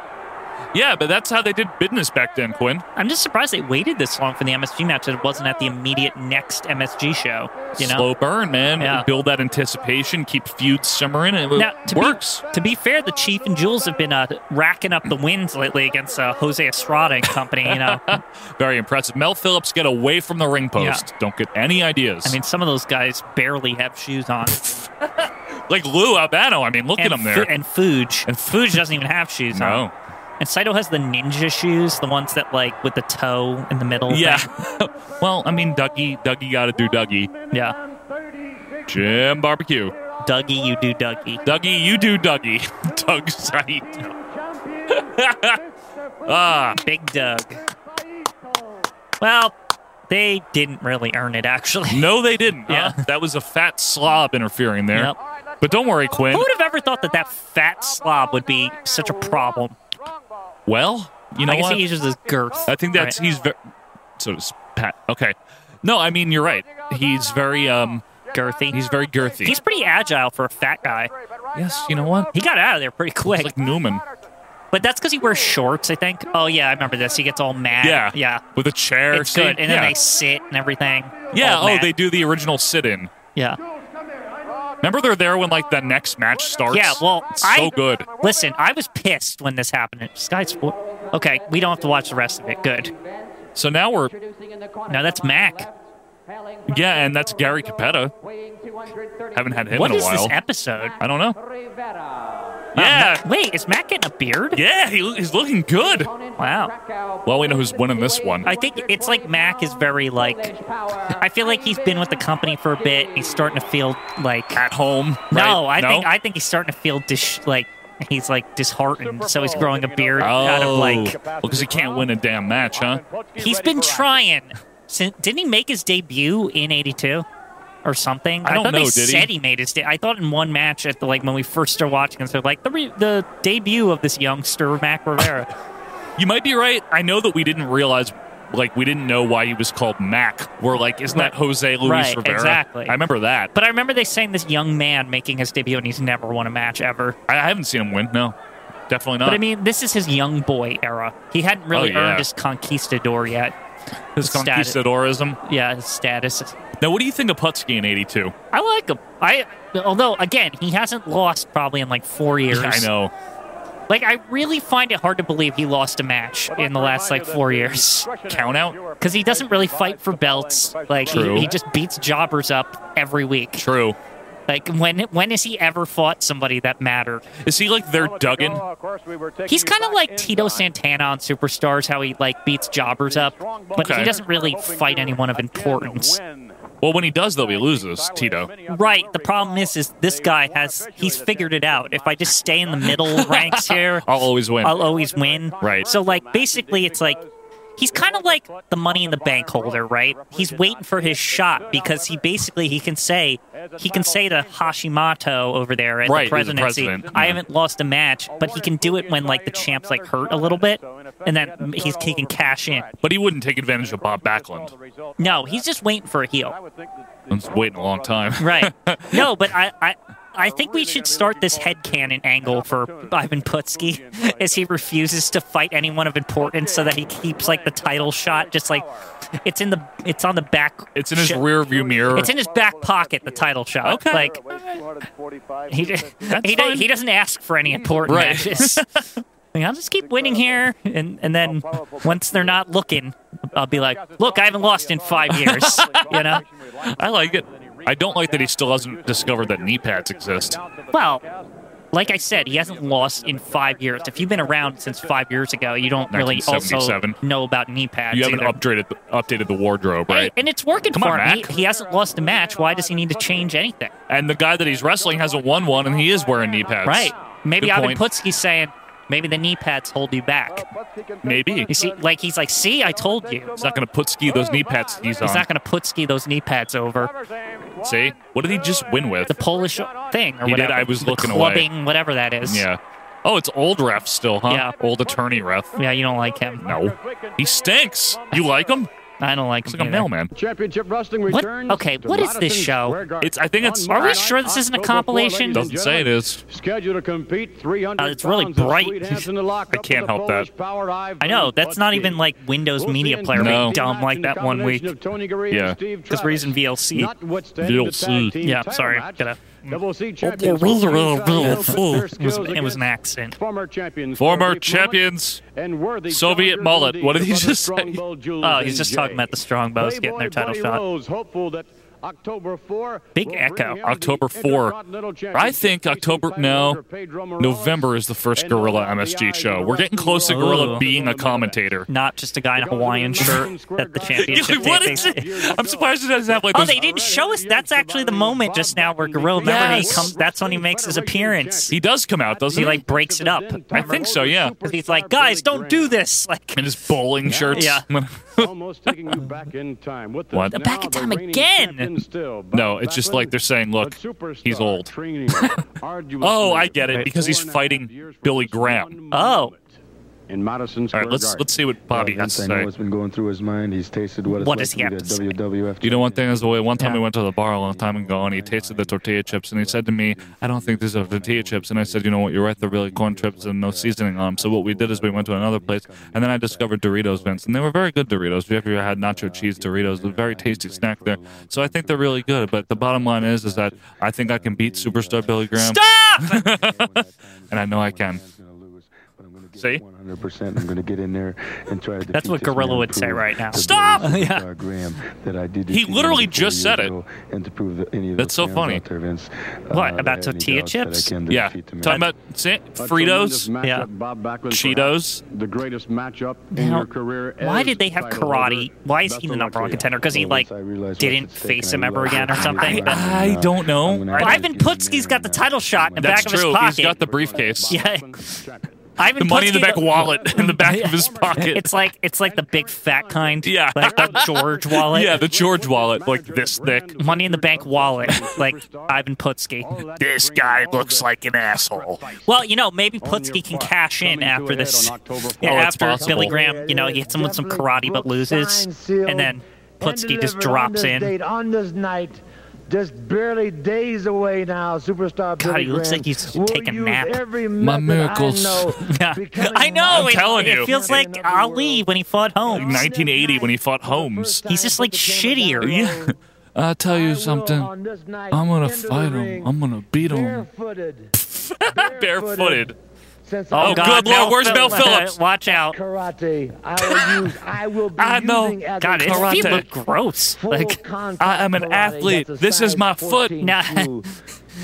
S1: yeah, but that's how they did business back then, Quinn.
S2: I'm just surprised they waited this long for the MSG match. That it wasn't at the immediate next MSG show. You know.
S1: Slow burn, man.
S2: Yeah.
S1: Build that anticipation, keep feuds simmering, and it
S2: Now, to be-
S1: works.
S2: to be fair, the Chief and Jules have been uh, racking up the wins lately against uh, Jose Estrada and company. You
S1: [laughs]
S2: know, I
S1: Very impressive. Mel Phillips, get away from the ring post. Don't get any ideas.
S2: mean, some of those guys barely have shoes on.
S1: like Lou Albano. I mean, look
S2: and
S1: at him there.
S2: Fu- and Fuge. And Fuge doesn't even have shoes on.
S1: no.
S2: And Saito has the ninja shoes, the ones that like with the toe in the middle.
S1: [laughs] Yeah.
S2: thing.
S1: well, I mean, Dougie, Dougie got to do Dougie.
S2: yeah.
S1: Jim Barbecue.
S2: Dougie, you do Dougie.
S1: Dougie, you do Dougie. [laughs] Doug
S2: [laughs]
S1: Saito. ah,
S2: Big Doug. Well, they didn't really earn it actually.
S1: no, they didn't. huh?
S2: Yeah.
S1: That was a fat slob interfering there.
S2: Yep.
S1: But don't worry, Quinn.
S2: Who would have ever thought that that fat slob would be such a problem?
S1: Well, you know
S2: I guess
S1: what?
S2: he uses his girth.
S1: I think that's
S2: Right.
S1: he's very. So does Pat. Okay. No, I mean you're right. He's very um
S2: girthy.
S1: he's very girthy.
S2: He's pretty agile for a fat guy.
S1: yes, you know what?
S2: He got out of there pretty
S1: He's
S2: quick.
S1: like Newman.
S2: but that's because he wears shorts, I think. Oh yeah, I remember this. He gets all mad.
S1: Yeah.
S2: yeah.
S1: With a chair.
S2: It's
S1: see?
S2: good. And then
S1: yeah.
S2: they sit and everything.
S1: Yeah,
S2: All
S1: oh,
S2: mad.
S1: they do the original sit-in.
S2: Yeah.
S1: Remember they're there when like the next match starts?
S2: Yeah, well,
S1: It's
S2: I-
S1: so good.
S2: Listen, I was pissed when this happened. Sky's okay. We don't have to watch the rest of it. Good.
S1: So now we're
S2: No, that's Mac.
S1: yeah, and that's Gary Capetta. Haven't had him
S2: What
S1: in a
S2: is
S1: while.
S2: this episode?
S1: I don't know.
S2: Wow,
S1: Yeah.
S2: Ma- wait, is Mac getting a beard?
S1: Yeah, he, he's looking good.
S2: Wow.
S1: Well, we know who's winning this one.
S2: I think it's like Mac is very like. I feel like he's been with the company for a bit. He's starting to feel like.
S1: At home.
S2: No, I
S1: right?
S2: think I think he's starting to feel dis- like he's like disheartened. So he's growing a beard
S1: oh,
S2: out of like.
S1: because he can't win a damn match, huh?
S2: He's been trying. Since, didn't he make his debut in '82 or something?
S1: I don't
S2: thought
S1: know,
S2: They
S1: did he?
S2: said he? made his. De- I thought in one match at the like when we first started watching, this, they're like the re- the debut of this youngster
S1: [laughs]
S2: Mac Rivera.
S1: You might be right. I know that we didn't realize, like, we didn't know why he was called Mac. We're like, isn't that
S2: Right.
S1: Jose Luis
S2: Right,
S1: Rivera?
S2: exactly.
S1: I remember that. But
S2: but I remember they saying this young man making his debut and he's never won a match ever.
S1: I I haven't seen him win. No, definitely not.
S2: But I mean, this is his young boy era. He hadn't really
S1: Uh. Oh, yeah.
S2: earned his conquistador yet.
S1: his
S2: status-
S1: conquistadorism.
S2: Yeah, his status.
S1: Now, what do you think of Putski in '82?
S2: I
S1: [laughs]
S2: like him. I although again he hasn't lost probably in like four years.
S1: I know.
S2: Like, I really find it hard to believe he lost a match in the last like four years.
S1: Count out?
S2: Because he doesn't really fight for belts. Like,
S1: True.
S2: he, he just beats jobbers up every week.
S1: True.
S2: Like, when when has he ever fought somebody that mattered?
S1: Is he like their Duggan?
S2: He's kind of like Tito Santana on Superstars, how he like beats jobbers up, but
S1: Okay.
S2: he doesn't really fight anyone of importance.
S1: Well, when he does, though, he loses, Tito.
S2: Right. The problem is, is this guy has he's figured it out. If I just stay in the middle
S1: [laughs]
S2: ranks here,
S1: I'll always win.
S2: I'll always win.
S1: Right.
S2: So like basically, it's like he's kind of like the money in the bank holder, right? He's waiting for his shot because he basically he can say he can say to Hashimoto over there at
S1: Right,
S2: the
S1: he's the
S2: presidency,
S1: president.
S2: I haven't lost a match, but he can do it when like the champ's like hurt a little bit, and then he's he can cash in.
S1: But he wouldn't take advantage of Bob Backlund.
S2: No, he's just waiting for a heel.
S1: I'm just waiting a long time. [laughs]
S2: Right. No, but I, I, I think we should start this headcanon angle for Ivan Putski as he refuses to fight anyone of importance so that he keeps like the title shot just like it's in the it's on the back
S1: It's in his
S2: sh-
S1: rear view mirror.
S2: It's in his back pocket the title shot.
S1: Okay.
S2: Like he d- he, d-
S1: fine.
S2: he doesn't ask for any important
S1: Right.
S2: matches.
S1: [laughs]
S2: Like, I'll just keep winning here, and, and then once they're not looking, I'll be like, "Look, I haven't lost in five [laughs] years." you know,
S1: I like it. I don't like that he still hasn't discovered that knee pads exist.
S2: Well, like I said, he hasn't lost in five years. If you've been around since five years ago, you don't really also
S1: 1977.
S2: know about knee pads.
S1: You haven't
S2: either.
S1: updated updated the wardrobe,
S2: Hey,
S1: right?
S2: and it's working
S1: Come
S2: for
S1: on,
S2: him.
S1: Mac.
S2: He, he hasn't lost a match. Why does he need to change anything?
S1: And the guy that he's wrestling hasn't won one, and he is wearing knee pads.
S2: right. Maybe
S1: good
S2: Ivan
S1: point.
S2: Putski's saying, maybe the knee pads hold you back.
S1: Maybe.
S2: You see, like he's like, see, I told you.
S1: He's not going to put ski those knee pads he's on.
S2: He's not going to Putski those knee pads over
S1: See? What did he just win with?
S2: the Polish thing or
S1: He did,
S2: whatever.
S1: I was
S2: The
S1: looking away.
S2: clubbing, whatever that is.
S1: yeah. Oh, it's old ref still, huh?
S2: Yeah.
S1: Old attorney ref.
S2: Yeah, you don't like him.
S1: No. He stinks. You like him?
S2: I don't like
S1: He's
S2: him.
S1: like a
S2: either.
S1: mailman.
S4: Championship Wrestling
S2: What?
S4: returns.
S2: Okay,
S4: to
S2: what is this
S4: Madison
S2: show?
S4: Square Garden.
S1: It's- I think it's-
S4: On
S1: Are we
S4: Monday
S2: sure
S4: night,
S2: this isn't a
S4: October 4th,
S2: compilation?
S4: ladies and
S1: Doesn't say it
S4: gentlemen,
S1: is.
S4: Scheduled to compete 300
S2: Uh, it's really
S4: pounds of
S2: bright.
S4: sweet
S2: [laughs]
S4: hams in the locker
S1: I can't
S4: for the
S1: help
S4: Polish
S1: that.
S4: Power Eye,
S2: I know that's not
S4: Vladimir.
S2: even like Windows
S4: We'll
S2: Media
S4: see
S2: Player
S1: No.
S2: being dumb like that one week.
S1: Yeah.
S2: Because we're using VLC.
S1: VLC.
S2: Yeah, sorry, gotta- mm. It was, it was an accident.
S4: Former champions.
S1: Former
S4: Kirby Flint
S1: champions.
S4: And worthy
S1: Soviet
S4: challenger
S1: mullet.
S4: to the
S1: What did he
S4: brother
S1: just say?
S4: Strongbow, Jules
S2: Oh,
S4: and
S2: he's just
S4: Jay.
S2: talking about the Strongbows getting their
S4: Playboy
S2: title
S4: Buddy
S2: shot.
S4: Rose, hopeful that October 4
S2: Big
S4: will
S2: echo.
S4: bring him the
S1: October 4.
S4: Intercontinental
S1: I think
S4: Championship
S1: October-
S4: facing
S1: no.
S4: fighter Pedro Morales.
S1: November is the first
S4: And
S1: Gorilla
S4: over the
S1: MSG
S4: eyes
S1: show.
S4: of the
S1: We're getting close to
S4: rest of the
S1: Gorilla
S4: world.
S1: being a commentator.
S2: Not just a guy in a Hawaiian shirt at the championship.
S1: what
S2: taping.
S1: is it? [laughs] I'm surprised it doesn't have like
S2: Oh,
S1: those-
S2: they didn't show us. That's actually the moment just now where Gorilla. Remember, when he
S1: Yes.
S2: comes. That's when he makes his appearance.
S1: [laughs] He does come out, doesn't
S2: He
S1: he?
S2: like breaks it up.
S1: I think so, yeah.
S2: 'Cause he's like, guys, don't do this.
S1: [laughs]
S2: Like,
S1: in his bowling shirts. [laughs]
S2: Yeah.
S4: Almost taking you back in time. With the
S1: What?
S4: now
S2: Back in
S4: the
S2: time
S4: reigning
S2: again.
S4: champion Still, Bob
S1: no, it's just like
S4: Backlund,
S1: they're saying,
S4: a
S1: look,
S4: superstar,
S1: he's old.
S4: training,
S1: [laughs]
S4: arduous
S1: Oh, I
S4: labor,
S1: get it, because he's
S4: four and a half
S1: fighting
S4: years for
S1: Billy
S4: just
S1: Graham.
S4: one
S2: Oh.
S4: moment In Madison
S1: All
S4: Square
S1: right, let's
S4: Garden.
S1: let's see what Bobby has to
S5: I know
S1: say.
S5: what's been going through his mind. He's tasted what, it's
S2: What
S5: like
S2: does
S5: to
S2: he
S5: be
S2: have
S5: the
S2: to say?
S5: WWF.
S1: You know, one thing is the way. One time
S2: Yeah.
S1: we went to the bar a long time ago, and he tasted the tortilla chips, and he said to me, "I don't think these are tortilla chips." And I said, "You know what? You're right. They're really corn chips and no seasoning on them." So what we did is we went to another place, and then I discovered Doritos, Vince, and they were very good Doritos. We ever had nacho cheese Doritos, a very tasty snack there. So I think they're really good. But the bottom line is, is that I think I can beat superstar Billy Graham,
S2: stop!
S1: and I know I can. See?
S5: 100%. I'm going to get in there and try to
S2: That's
S5: defeat
S2: what
S5: this
S2: Gorilla
S5: man
S2: would
S5: and
S2: say
S5: prove
S2: right now.
S5: to the
S1: Stop!
S5: Billy
S2: Yeah.
S5: Superstar Graham that I did
S1: He
S5: defeat him
S1: literally
S5: over
S1: just
S5: 40
S1: said
S5: years
S1: it.
S5: ago And to prove that any of
S1: That's
S5: those
S1: so
S5: fans
S1: funny.
S5: out there, Vince,
S2: What,
S5: uh,
S2: about
S5: that have any
S2: tortilla
S5: doubts that I
S2: chips?
S5: can
S1: Yeah,
S5: defeat the
S1: talking
S5: man.
S1: about sa-
S4: A tremendous
S1: Fritos,
S4: matchup,
S2: Yeah.
S4: Bob Backlund,
S1: Cheetos.
S4: The greatest matchup in
S2: Now,
S4: your career.
S2: Why
S4: as
S2: did they have
S4: title
S2: karate?
S4: holder.
S2: Why is he
S4: Best
S2: the
S4: of
S2: number
S4: luck
S2: one
S4: to you.
S2: contender? Because he
S5: Well,
S2: like
S5: once I realized what's
S2: didn't
S5: at stake
S2: face
S5: and
S2: him
S5: I
S2: ever again or
S5: realized [laughs] what
S2: something. [laughs]
S5: was at
S1: I- I
S5: stake,
S1: don't know.
S5: uh, I'm gonna have to
S2: Ivan
S5: get in
S2: Putski's
S5: there uh,
S2: got the
S5: now.
S2: title shot in the
S1: That's
S2: back of his
S1: true.
S2: pocket.
S1: He's got the briefcase,
S2: Yeah.
S4: Champion.
S2: Ivan
S1: the money in the
S2: Putski-
S1: back wallet, in the
S2: [laughs]
S1: back of his pocket.
S2: It's like it's like the big fat kind.
S1: Yeah. [laughs]
S2: Like the George wallet.
S1: Yeah, the George wallet, like this thick.
S2: Money in the
S1: [laughs]
S2: bank wallet, like Ivan Putski.
S4: This guy looks like
S1: an asshole.
S2: Well, you know, maybe Putski can cash in after this. [laughs] Yeah,
S1: Oh, it's
S2: after
S1: possible.
S2: Billy Graham, you know, he hits him with some karate but loses, and then Putski just drops in.
S6: on this night, just barely days away now. Superstar
S2: God,
S6: Billy
S2: he looks
S6: Graham
S2: like he's
S6: will
S2: taking a
S6: use
S2: nap.
S6: every
S1: My
S6: method
S1: miracles.
S6: I know,
S2: [laughs] Yeah.
S6: becoming
S2: I know.
S1: I'm
S2: it,
S1: telling
S2: it
S1: you.
S2: feels like Ali when he fought Holmes.
S1: 1980 when he fought Holmes.
S2: He's just like shittier.
S1: [laughs] Yeah. I'll tell
S6: I will on this night into the ring,
S1: gonna beat
S2: [laughs]
S6: Barefooted.
S1: Barefooted.
S4: Since
S7: Oh,
S4: I-
S7: God. good Lord, where's Mel Phillips?
S2: Watch out.
S4: karate, I will use. I will be
S1: I know.
S4: using as
S2: God,
S4: a
S2: his
S4: karate.
S2: feet
S1: Karate.
S2: look gross.
S4: full
S2: Like,
S4: contact
S1: I am an
S4: karate.
S1: athlete.
S4: That's a
S1: This is
S4: size
S1: my foot.
S4: 14
S2: Now-
S4: shoe.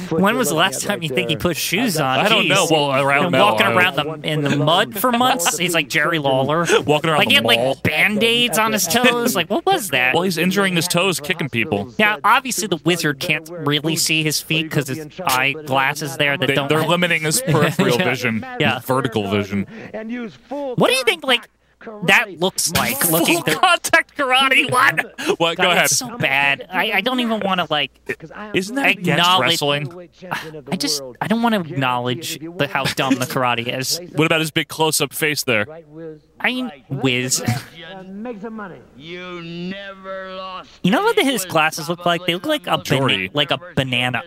S4: Foot
S2: when
S4: you're
S2: was the
S4: looking
S2: last
S4: at
S2: time you
S4: right
S2: think he
S4: there.
S2: put shoes
S4: I've
S2: on?
S4: got-
S1: I don't know.
S2: Jeez.
S1: Well, around
S2: Been
S1: now,
S2: walking
S1: I-
S2: around the, in the mud for months. He's like Jerry Lawler.
S1: [laughs] Walking around
S2: like he
S1: the
S2: had
S1: mall.
S2: like band aids on
S4: [laughs]
S2: his toes. Like what was that?
S1: Well, he's injuring his toes, kicking people.
S2: Now, obviously, the wizard can't really see his feet because his eyeglasses there that
S1: They,
S2: don't.
S1: they're limiting
S4: [laughs]
S1: his peripheral
S2: Yeah.
S1: vision,
S2: Yeah.
S1: vertical vision.
S4: And use full
S2: What do you think? Like
S4: contact
S2: that
S4: karate.
S2: looks like looking. through-
S1: contact karate.
S4: [laughs]
S1: What? What?
S2: God,
S1: Go ahead.
S2: It's so bad. I, I don't even want to like.
S4: 'Cause I am
S1: Isn't
S4: gonna
S1: that
S4: be
S1: against
S2: Acknowledge-
S1: wrestling?
S2: I just I don't want to acknowledge the, how dumb
S5: [laughs]
S2: the karate is.
S1: What about his big close-up face there?
S2: I mean, whiz.
S4: make some money.
S8: You never lost.
S2: You know what his glasses look like? They look like a
S1: Jordy.
S2: banana, like a banana.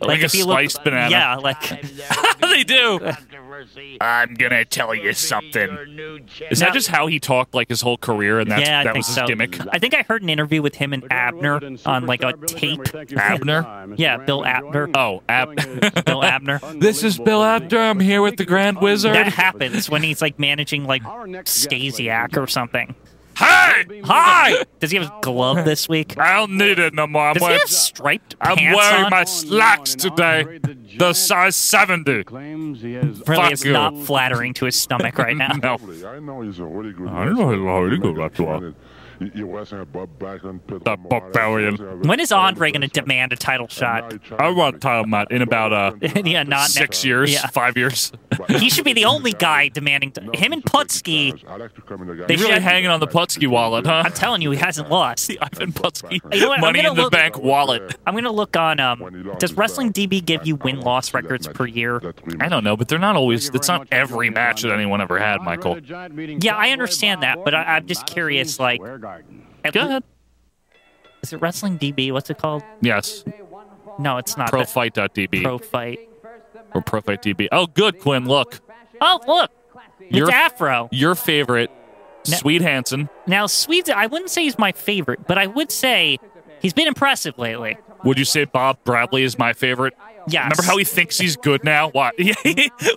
S1: Like a
S2: if you look-
S1: sliced banana.
S2: Yeah,
S5: [laughs]
S2: like [laughs]
S1: they do.
S8: I'm gonna tell
S1: you something. Is that
S2: Now-
S1: just how he talked like his whole career, and that's,
S2: yeah, I
S1: that
S2: think
S1: was his
S2: so.
S1: gimmick?
S2: I think I heard an interview with him and Abner on like a tape.
S1: Abner?
S2: Yeah, Bill Abner.
S1: Oh, Ab-
S2: [laughs] Bill Abner.
S1: This is Bill Abner. I'm here with the Grand Wizard.
S2: That happens when he's like managing like
S5: Our next guest,
S2: Stasiak or something.
S1: hey,
S5: [laughs]
S1: hi!
S2: Does he have his glove this week?
S1: I don't need it no more. I'm
S2: Does he
S1: wearing,
S2: have striped
S1: I'm
S2: pants
S1: wearing
S2: on?
S1: my slacks today. The size 70.
S5: Claims he has
S2: Really,
S1: fuck
S2: it's
S1: you.
S2: not flattering to his
S1: [laughs]
S2: stomach right now.
S1: No.
S9: I know he's a really good
S1: I know he's a really good wrestler.
S9: You wasn't Bob Backlund, Pedro
S1: The Bob
S9: Morales,
S1: Backlund.
S9: Jose
S2: When is Andre going to
S9: Alvarez,
S2: demand a title [laughs] shot?
S9: and now he
S1: I want
S9: tries
S1: title
S9: [laughs]
S1: match in about
S5: [laughs]
S1: uh
S2: yeah, not
S1: six
S2: next.
S1: years,
S2: Yeah.
S1: five
S2: [laughs]
S1: years.
S9: to-
S2: He should be
S1: [laughs]
S2: the only guy demanding.
S9: No,
S2: him and
S9: he's a big
S2: Putski.
S9: guy. I like to come in the guy.
S1: They really hanging on the Putski wallet, huh?
S2: I'm telling you, he hasn't lost.
S1: Ivan Putski.
S9: You
S2: know what, I'm
S1: Money
S2: gonna
S1: in the
S2: look-
S1: bank wallet.
S2: I'm gonna look on.
S9: When he
S2: Um,
S9: lost
S2: does
S9: his
S2: Wrestling
S9: belt,
S2: DB give you
S9: I
S2: win
S9: almost
S2: loss
S9: see that
S2: records
S9: match,
S2: per year?
S9: that rematch.
S1: I don't know, but they're not always.
S5: Thank you
S1: It's
S5: very
S1: not
S5: much,
S1: every
S5: Antonio
S1: match that
S5: Brown.
S1: anyone ever had,
S5: I'd
S1: Michael.
S5: rather giant meeting
S2: Yeah, I
S5: Cowboy
S2: understand
S5: Bob
S2: that, but I-
S5: Orton
S2: I'm
S5: in
S2: just
S5: Madison
S2: curious, like-
S5: Square Garden.
S1: Go ahead.
S2: Is it Wrestling DB? What's it called?
S1: Yes.
S2: No, it's not. that.
S1: Profight.db
S2: Pro fight.
S1: or Profight.db. Oh, good, Quinn. Look,
S2: Oh, look, it's
S1: Your-
S2: Afro.
S1: your favorite,
S2: No.
S1: Sweet Hansen.
S2: Now, Swedes. I wouldn't say he's my favorite, but I would say he's been impressive lately.
S1: Would you say Bob Bradley is my favorite?
S2: Yes.
S1: Remember how he thinks he's good now? Why? [laughs]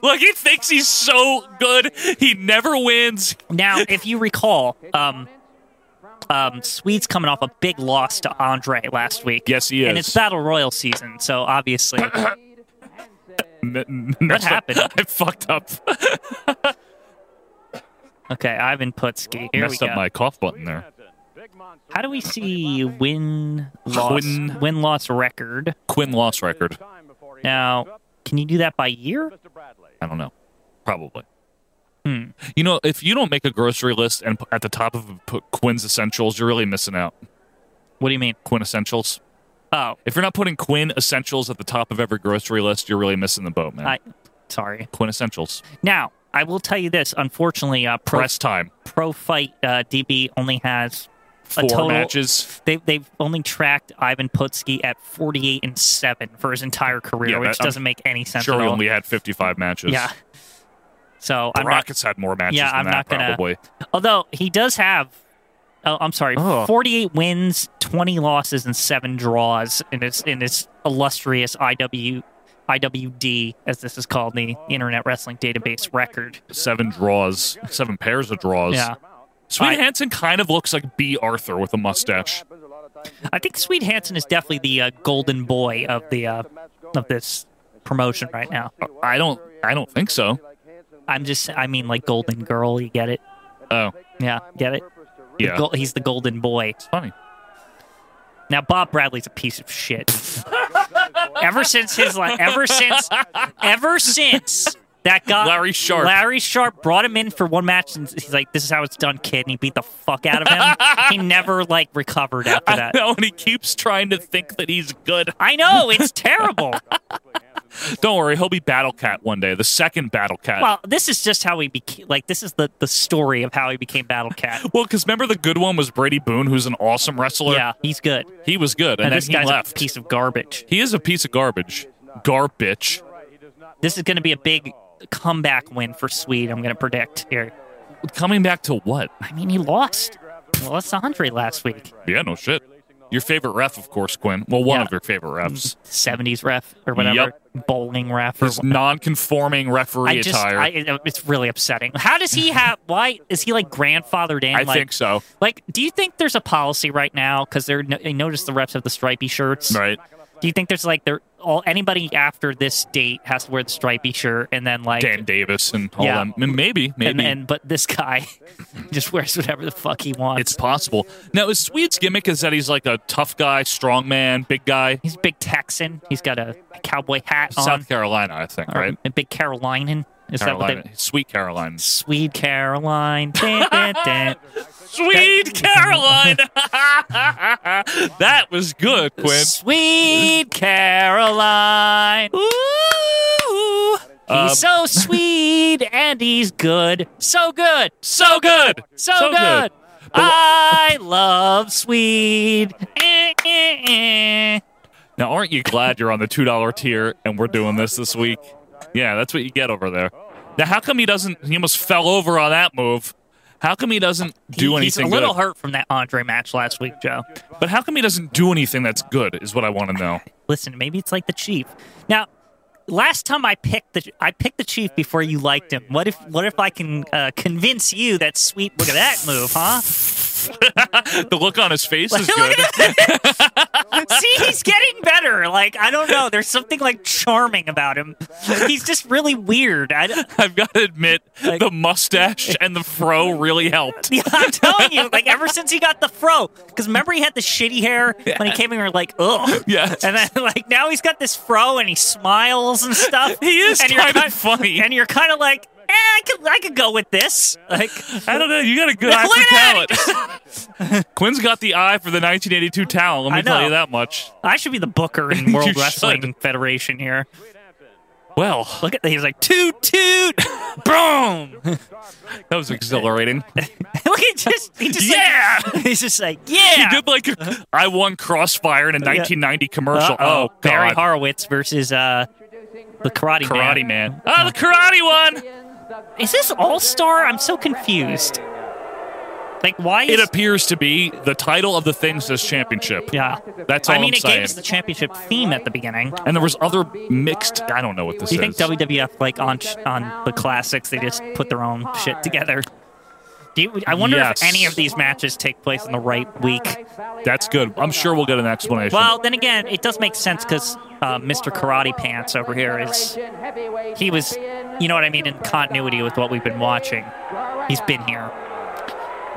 S1: Look, he thinks he's so good. He never wins.
S2: Now, if you recall, um, um, Swede's coming off a big loss to Andre last week.
S1: Yes, he
S2: And
S1: is.
S2: it's Battle Royal season,
S1: [coughs]
S2: so obviously.
S1: What
S2: happened?
S1: [laughs] I fucked up.
S2: okay, Ivan Putski. Here
S1: Messed
S2: we
S1: up
S2: go.
S1: my cough button there.
S2: How do we see win loss
S1: Win.
S2: win loss record?
S1: Quinn loss record.
S2: Now, can you do that by year?
S1: I don't know. Probably.
S2: Hmm.
S1: You know, if you don't make a grocery list and p- at the top of it put Quinn's essentials, you're really missing out.
S2: What do you mean?
S1: Quinn essentials.
S2: Oh,
S1: If you're not putting Quinn essentials at the top of every grocery list, you're really missing the boat, man.
S2: I sorry.
S1: Quinn essentials.
S2: Now, I will tell you this. Unfortunately, uh, Pro,
S1: Press time.
S2: Pro Fight uh, DB only has
S1: Four
S2: a total,
S1: matches.
S2: They, they've only tracked Ivan Putski at 48 and 7 for his entire career,
S1: Yeah,
S2: which
S1: that- I'm
S2: doesn't make any sense
S1: Sure,
S2: at
S1: we
S2: all.
S1: only had 55 matches.
S2: yeah. So
S1: The
S2: I'm not,
S1: Rockets had more matches
S2: Yeah,
S1: than
S2: I'm
S1: that,
S2: not gonna-
S1: probably.
S2: although he does have oh, I'm sorry,
S1: Oh.
S2: 48 wins, 20 losses and 7 draws in his in his illustrious IW IWD as this is called the Internet Wrestling Database record.
S1: Seven draws. Seven pairs of draws.
S2: Yeah.
S1: Sweet
S2: I-
S1: Hansen kind of looks like B. Arthur with a mustache.
S2: I think Sweet Hansen is definitely the uh, golden boy of the uh, of this promotion right now.
S1: I don't. I don't think so.
S2: I'm just I mean like golden girl, you get it?
S1: Oh,
S2: Yeah, get it? The
S1: yeah.
S2: gol- he's the golden boy.
S1: Funny.
S2: Now Bob Bradley's a piece of shit. ever since his like, ever since, ever since that guy
S1: Larry Sharp.
S2: Larry Sharp brought him in for one match, and he's like, "This is how it's done, kid," and he beat the fuck out of him. he
S1: [laughs]
S2: never like recovered after
S1: I [laughs]
S2: that.
S1: know, and he keeps trying to think that he's good.
S2: I know it's terrible.
S1: Don't worry, he'll be Battle Cat one day. The second Battle Cat.
S2: well, this is just how he became. Like this is the the story of how he became Battle Cat.
S1: Well, because remember the good one was Brady Boone, who's an awesome wrestler.
S2: Yeah, he's good,
S1: he was good, and,
S2: and
S1: then
S2: this
S1: he
S2: guy's
S1: left.
S2: a piece of garbage.
S1: He is a piece of garbage. Garbage.
S2: This is going to be a big comeback win for Swede. I'm going to predict here.
S1: Coming back to what?
S2: I mean, he lost. He Lost to Andre last week.
S1: Yeah, no shit. Your favorite ref, of course, Quinn. Well, one
S2: Yeah. Mm.
S1: of your favorite refs.
S2: 70s ref or whatever, bowling ref. Or
S1: His non-conforming referee
S2: I just,
S1: attire.
S2: I, it- it's really upsetting. How does he have? Why is he like grandfathered in?
S1: I
S2: like,
S1: think so.
S2: Like, do you think there's a policy right now? Because they're no- I noticed the reps have the stripy shirts.
S1: Right.
S2: Do you think there's like they're all anybody after this date has to wear the stripy shirt and then like
S1: Dan Davis and all
S2: Yeah.
S1: them. M- Maybe, maybe.
S2: and, and but this guy [laughs] just wears whatever the fuck he wants.
S1: it's possible. Now, his Swede's gimmick is that he's like a tough guy, strong man, big guy.
S2: He's a big Texan. He's got a cowboy hat on.
S1: South Carolina, I think,
S2: Or
S1: right?
S2: A big Carolinian. Is that
S1: Carolina.
S2: what they?
S1: Sweet Caroline. [laughs]
S2: Swede Caroline. Dun, dun, dun.
S1: Sweet Caroline! [laughs] that was good, Quinn.
S2: Sweet Caroline. Ooh. He's
S1: Um, [laughs]
S2: so sweet and he's good. So good.
S1: So good!
S2: So, good. I love sweet. Eh, eh, eh.
S1: Now, aren't you glad you're on the $2 tier and we're doing this this week? Yeah, that's what you get over there. Now, how come he doesn't? He almost fell over on that move. How come he doesn't do
S2: He-
S1: anything
S2: He's a little
S1: good?
S2: hurt from that Andre match last week, Joe.
S1: But how come he doesn't do anything that's good is what I want to know.
S2: Listen, maybe it's like the Chief. Now, last time I picked the I picked the Chief before you liked him. What if what if I can uh, convince you that sweet? Look at that move, huh? [laughs]
S1: the look on his face is
S2: Look
S1: good.
S2: See, he's getting better. Like I don't know, there's something like charming about him. He's just really weird. I, don't-
S1: I've got to admit,
S2: Like-
S1: the mustache and the fro really helped.
S2: [laughs] yeah, I'm telling you, like ever since he got the fro, because remember he had the shitty hair when he came in, we were like, ugh.
S1: Yeah.
S2: And then like now he's got this fro and he smiles and stuff.
S1: [laughs] He is
S2: and you're
S1: kind
S2: kin-
S1: of funny.
S2: And you're kind of like, eh, I could I could go with this. Like
S1: I don't know. You got a good eye
S2: Look
S1: for
S2: at
S1: talent. [laughs] Quinn's got the eye for the 1982 towel. Let
S2: I
S1: me tell
S2: know.
S1: you that much.
S2: I should be the booker in World
S1: [laughs] You
S2: Wrestling
S1: should.
S2: Federation here.
S1: Well,
S2: Look at he's like toot toot,
S1: [laughs]
S2: boom.
S1: that was exhilarating.
S2: [laughs] Look, he just, he just,
S1: Yeah!
S2: like, [laughs] he's just like,
S1: [laughs]
S2: yeah.
S1: He did
S2: [laughs]
S1: like a, I won Crossfire in a 1990 commercial. Oh,
S2: Uh-oh. Barry
S1: God.
S2: Horowitz versus uh, the Karate,
S1: Karate
S2: Man. [laughs]
S1: Man. Oh,
S2: Ah,
S1: the Karate one.
S2: Is this All Star? I'm so confused. Like, why is
S1: It appears to be the title of the thing says championship.
S2: yeah?
S1: That's all
S2: I mean,
S1: I'm
S2: it
S1: saying.
S2: gave us the championship theme at the beginning.
S1: And there was other mixed. I don't know what this
S2: Do you
S1: is.
S2: think WWF like on on the classics they just put their own shit together? Do you, I wonder
S1: Yes.
S2: if any of these matches take place in the right week.
S1: That's good. I'm sure we'll get an explanation.
S2: E Well, then again, it does make sense because uh, Mr. Karate Pants over here is. He was, you know what I mean, in continuity with what we've been watching. He's been here.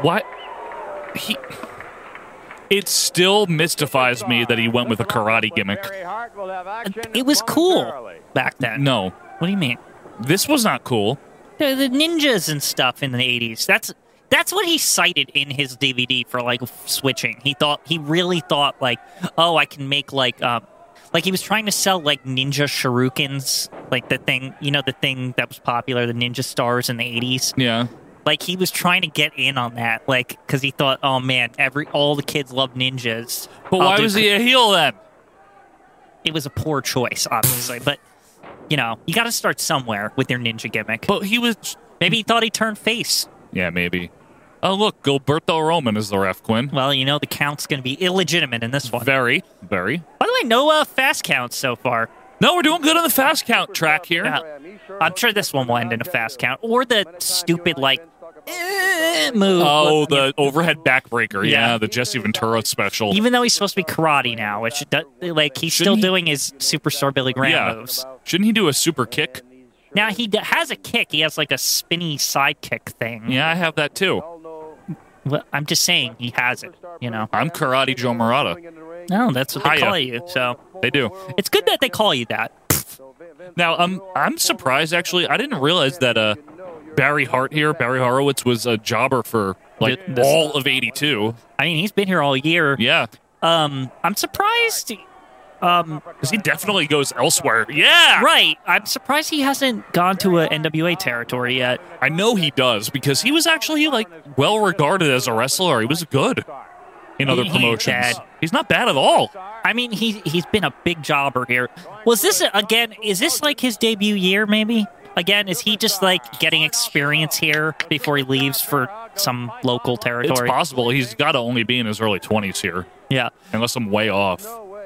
S1: What? He. It still mystifies me that he went with a karate gimmick.
S2: It was cool back then.
S1: No,
S2: What do you mean?
S1: this was not cool.
S2: The, the ninjas and stuff in the 80s. That's. That's what he cited in his DVD for like switching. He thought he really thought like, oh, I can make like, um, like he was trying to sell like ninja shurikens, like the thing, you know, the thing that was popular, the ninja stars in the eighties.
S1: Yeah.
S2: like he was trying to get in on that like because he thought oh man every all the kids love ninjas
S1: But
S2: I'll
S1: why
S2: do
S1: was
S2: cr-
S1: he a heel then?
S2: it was a poor choice obviously but you know you got to start somewhere with your ninja gimmick
S1: But he was.
S2: maybe he thought he turned face
S1: Yeah, maybe. Oh, look, Gilberto Roman is the ref, Quinn.
S2: well you know the count's gonna be illegitimate in this one
S1: Very, very.
S2: by the way no uh, fast counts so far
S1: No, we're doing good on the fast count track here.
S2: Yeah. i'm sure this one will end in a fast count or the stupid like eh, move
S1: Oh, the overhead backbreaker. Yeah,
S2: Yeah.
S1: the Jesse Ventura special.
S2: even though he's supposed to be karate now which do- like he's
S1: Shouldn't
S2: still
S1: he-
S2: doing his superstar billy graham
S1: yeah.
S2: moves
S1: Shouldn't he do a super kick?
S2: Now he d- has a kick. He has like a spinny sidekick thing.
S1: Yeah, I have that too.
S2: Well, I'm just saying he has it. You know.
S1: I'm Karate Joe Murata.
S2: No, that's what they
S1: Hiya.
S2: call you. So
S1: They do.
S2: it's good that they call you that.
S1: Now,
S2: um,
S1: I'm I'm surprised actually. I didn't realize that uh, Barry Hart here, Barry Horowitz, was a jobber for like
S2: Th- this-
S1: all of '82.
S2: I mean, he's been here all year.
S1: Yeah,
S2: Um, I'm surprised. he- Um,
S1: because he definitely goes elsewhere. Yeah,
S2: right. I'm surprised he hasn't gone to a NWA territory yet.
S1: I know he does because he was actually like well regarded as a wrestler. He was good in other
S2: He- he's
S1: promotions.
S2: bad.
S1: He's not bad at all.
S2: I mean, he he's been a big jobber here. Was this again? Is this like his debut year? Maybe. again, is he just like getting experience here before he leaves for some local
S1: It's
S2: territory?
S1: possible he's got to only be in his early 20s here,
S2: yeah.
S1: unless I'm way off.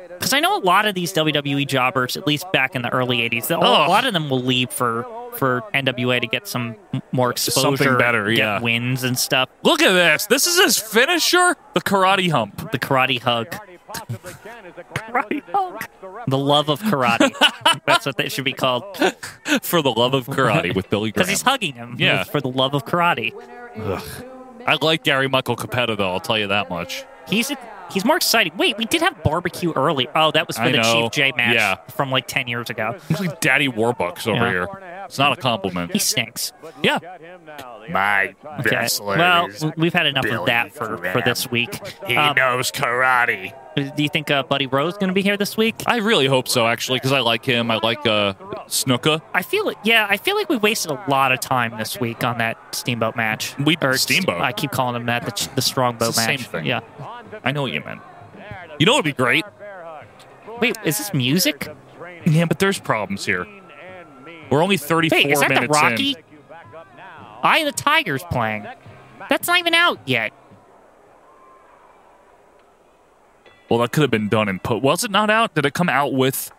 S2: Because I know a lot of these WWE jobbers, at least back in the early '80s, a
S1: Ugh.
S2: lot of them will leave for for NWA to get some m- more exposure,
S1: Something better,
S2: get
S1: yeah.
S2: wins and stuff.
S1: Look at this. This is his finisher, the karate hump.
S2: The karate hug,
S10: Karate
S2: the love of
S1: [laughs]
S2: karate. That's what that should be called.
S1: For the love of karate with
S2: [laughs]
S1: Billy Graham.
S2: Because he's hugging him.
S1: Yeah.
S2: for the love of karate.
S1: I like Gary Michael Capetta, though, I'll tell you that much.
S2: He's he's more exciting. Wait, we did have barbecue early. Oh, that was for
S1: I
S2: the
S1: know.
S2: Chief J match
S1: Yeah.
S2: from like ten years ago.
S1: He's like Daddy Warbucks over
S2: Yeah.
S1: here. It's not a compliment.
S2: He stinks.
S1: yeah.
S11: My
S2: Okay.
S11: wrestler
S2: Well,
S11: is
S2: w- we've had enough of
S11: Billy
S2: that for, for
S11: Graham.
S2: this week.
S11: He
S2: Um,
S11: knows karate.
S2: do you think uh, Buddy Rose going to be here this week?
S1: I really hope so, actually, because I like him. I like uh, Snuka.
S2: I feel it. Yeah, I feel like we wasted a lot of time this week on that Steamboat match.
S1: We-
S2: Or
S1: Steamboat.
S2: I keep calling him that the, ch- the Strongbow
S1: It's the
S2: match.
S1: same thing.
S2: Yeah.
S1: I know what you meant. You know what would be great?
S2: Wait, is this music?
S1: Yeah, but there's problems here. We're only 34
S2: Wait, is that the
S1: minutes in.
S2: Rocky? Eye of the Tiger's playing. That's not even out yet.
S1: Well, that could have been done in put. Was it not out? Did it come out with?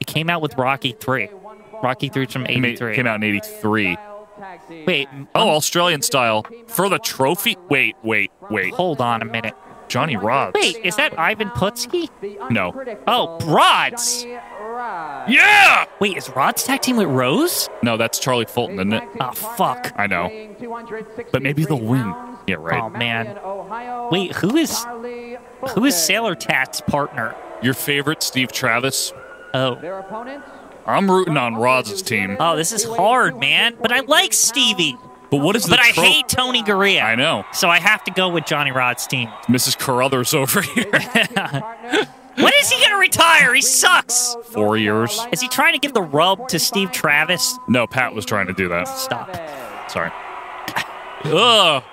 S2: It came out with Rocky Three. Rocky Three from
S1: I mean,
S2: eighty
S1: it
S2: three.
S1: Came out in '83.
S2: Wait,
S1: Oh, Australian style for the trophy. Wait, wait, wait.
S2: hold on a minute.
S1: Johnny Rods.
S2: Wait, is that Ivan Putski?
S1: No.
S2: Oh, Rods.
S1: Yeah.
S2: Wait, is Rods tag team with Rose?
S1: No, that's Charlie Fulton, isn't it?
S2: Oh fuck.
S1: I know. But maybe they'll win. Yeah,
S2: Oh
S1: right.
S2: man. Wait, who is
S4: Oh,
S2: who is Sailor Tat's partner?
S1: Your favorite, Steve Travis.
S2: Oh.
S1: I'm rooting on Rods' team.
S2: Oh, this is hard, man. But I like Stevie.
S1: But what is the
S2: But I
S1: tro-
S2: hate Tony Garea.
S1: I know.
S2: So I have to go with Johnny Rod's team.
S1: Mrs. Carruthers over [laughs]
S2: [laughs]
S1: here.
S2: When is he gonna retire? He sucks.
S1: Four years.
S2: Is he trying to give the rub to Steve Travis?
S1: No, Pat was trying to do that.
S2: Stop.
S1: Sorry. [laughs] Ugh.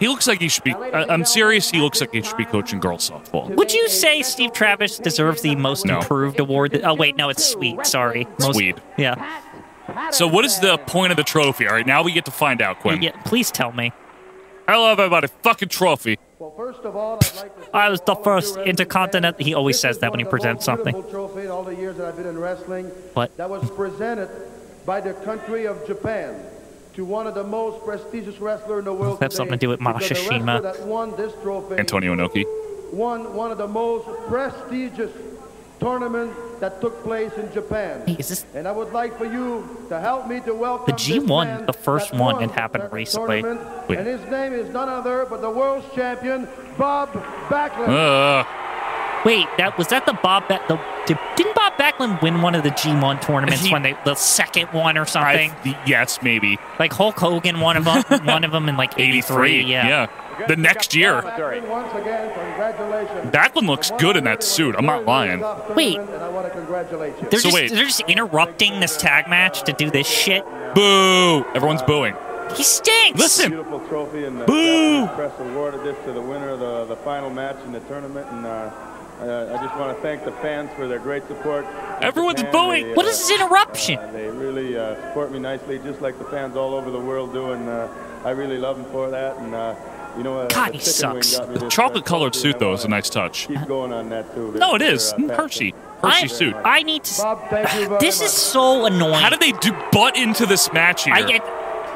S1: He looks like he should be. I, I'm serious. He looks like he should be coaching girls softball.
S2: Would you say Steve Travis deserves the most
S1: No.
S2: improved award? Oh wait, no, it's Sweet. Sorry, most,
S1: Swede.
S2: Yeah,
S1: So, what is the point of the trophy? All right, now we get to find out, Quinn.
S2: yeah. Please tell me.
S1: I love everybody. Fucking trophy.
S2: I was the first intercontinental. He always says that when he presents something.
S4: Trophy in all the years that I've been in wrestling
S2: What?
S4: that was presented by the country of Japan to one of the most prestigious wrestler in the world.
S2: That's something to do with
S4: today, because the
S2: Masashima.
S4: wrestler that won this trophy
S1: Antonio Inoki.
S4: won one of the most prestigious tournaments that took place in Japan.
S2: Hey, is this?
S4: And I would like for you to help me to welcome
S2: The
S4: this
S2: G1,
S4: man
S2: the first
S4: that
S2: one,
S4: won
S2: it happened
S4: that
S2: recently.
S4: tournament.
S1: Wait.
S4: And his name is none other but the world's champion, Bob Backlund.
S1: Ugh.
S2: Wait, that was that the Bob? Ba- the did, didn't Bob Backlund win one of the G1 tournaments
S1: He-
S2: when they the second one or something?
S1: I, yes, maybe
S2: like Hulk Hogan, one
S1: [laughs]
S2: of them, one of them in like '83.
S1: eighty-three.
S2: Yeah.
S1: yeah. The next year.
S4: Backlund, Once again, congratulations.
S1: That one looks good in that suit. I'm not lying.
S2: Wait.
S4: And I want to congratulate you.
S2: They're
S1: So
S2: just
S1: wait.
S2: they're just interrupting this tag match to do this shit.
S1: Boo! Everyone's booing.
S2: He stinks.
S1: Listen.
S4: Beautiful trophy and uh,
S1: Boo!
S4: the press awarded this to the winner of the, the final match in the tournament and uh, uh, I just want to thank the fans for their great support.
S1: Everyone's
S4: Japan,
S1: booing.
S4: they,
S2: What
S4: uh,
S2: is this interruption?
S4: uh, they really uh, support me nicely, just like the fans all over the world do, and uh, I really love them for that. And uh, you know, uh,
S2: God, he
S4: the chicken wing
S2: sucks.
S4: got me
S1: The
S4: this, uh,
S1: chocolate-colored
S4: trophy, and
S1: suit,
S4: I
S1: though, is a
S4: wanna
S1: nice touch.
S4: Keep going on that too.
S1: No, it
S4: They're,
S1: is. Mm,
S4: uh, fast.
S1: Hershey.
S2: I,
S1: Hershey suit.
S2: I need to.
S4: Bob, thank you very
S2: This
S4: much.
S2: is so annoying.
S1: How did they do butt into this match here?
S2: I get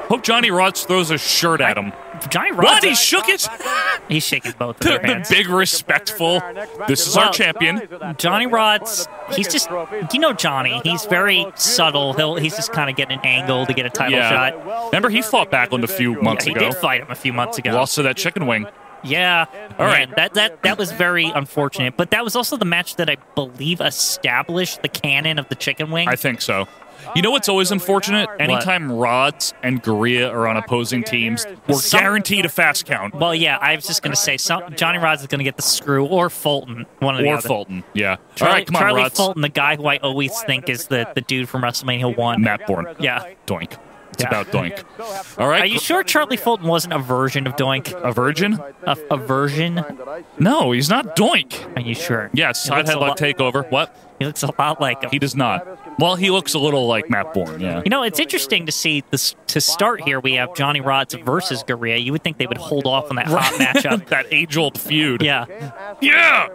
S1: Hope Johnny Rods throws a shirt at him.
S2: Johnny Rods.
S1: What? He shook it?
S2: [laughs] He's shaking both of
S1: the,
S2: their
S1: the
S2: hands.
S1: big respectful. This is our
S2: Well,
S1: champion.
S2: Johnny Rods, he's just, you know, Johnny. He's very subtle. He'll, he's just kind of getting an angle to get a title
S1: Yeah.
S2: shot.
S1: Remember, he fought Backlund a few
S2: Yeah,
S1: months
S2: he
S1: ago.
S2: did fight him a few months ago.
S1: Lost to that chicken wing.
S2: Yeah. All
S1: right.
S2: right. That that that was very unfortunate, but that was also the match that I believe established the canon of the chicken wing.
S1: I think so. You know what's always unfortunate? Anytime Rods and Gurria are on opposing teams, we're
S2: Some-
S1: guaranteed a fast count.
S2: well, yeah, I was just gonna say some, Johnny Rods is gonna get the screw or Fulton, one of the
S1: Or
S2: other.
S1: Fulton. Yeah.
S2: Charlie,
S1: All right, come on,
S2: Charlie
S1: Rods.
S2: Fulton, the guy who I always think is the, the dude from WrestleMania One.
S1: Matt Bourne.
S2: Yeah.
S1: Doink. It's
S2: Yeah.
S1: about Doink. All right.
S2: Are you sure Charlie Fulton wasn't a version of Doink?
S1: A virgin?
S2: A, a version?
S1: No, he's not Doink.
S2: Are you sure?
S1: Yeah, side
S2: looks a
S1: headlock
S2: lot-
S1: takeover. What?
S2: He looks a lot like him.
S1: He does not. Well, he looks a little like Matt Bourne, yeah.
S2: You know, it's interesting to see this. To start here, we have Johnny Rods versus Gurria. You would think they would hold off on that hot
S1: [laughs]
S2: matchup.
S1: [laughs] that age old feud.
S2: Yeah.
S1: Yeah!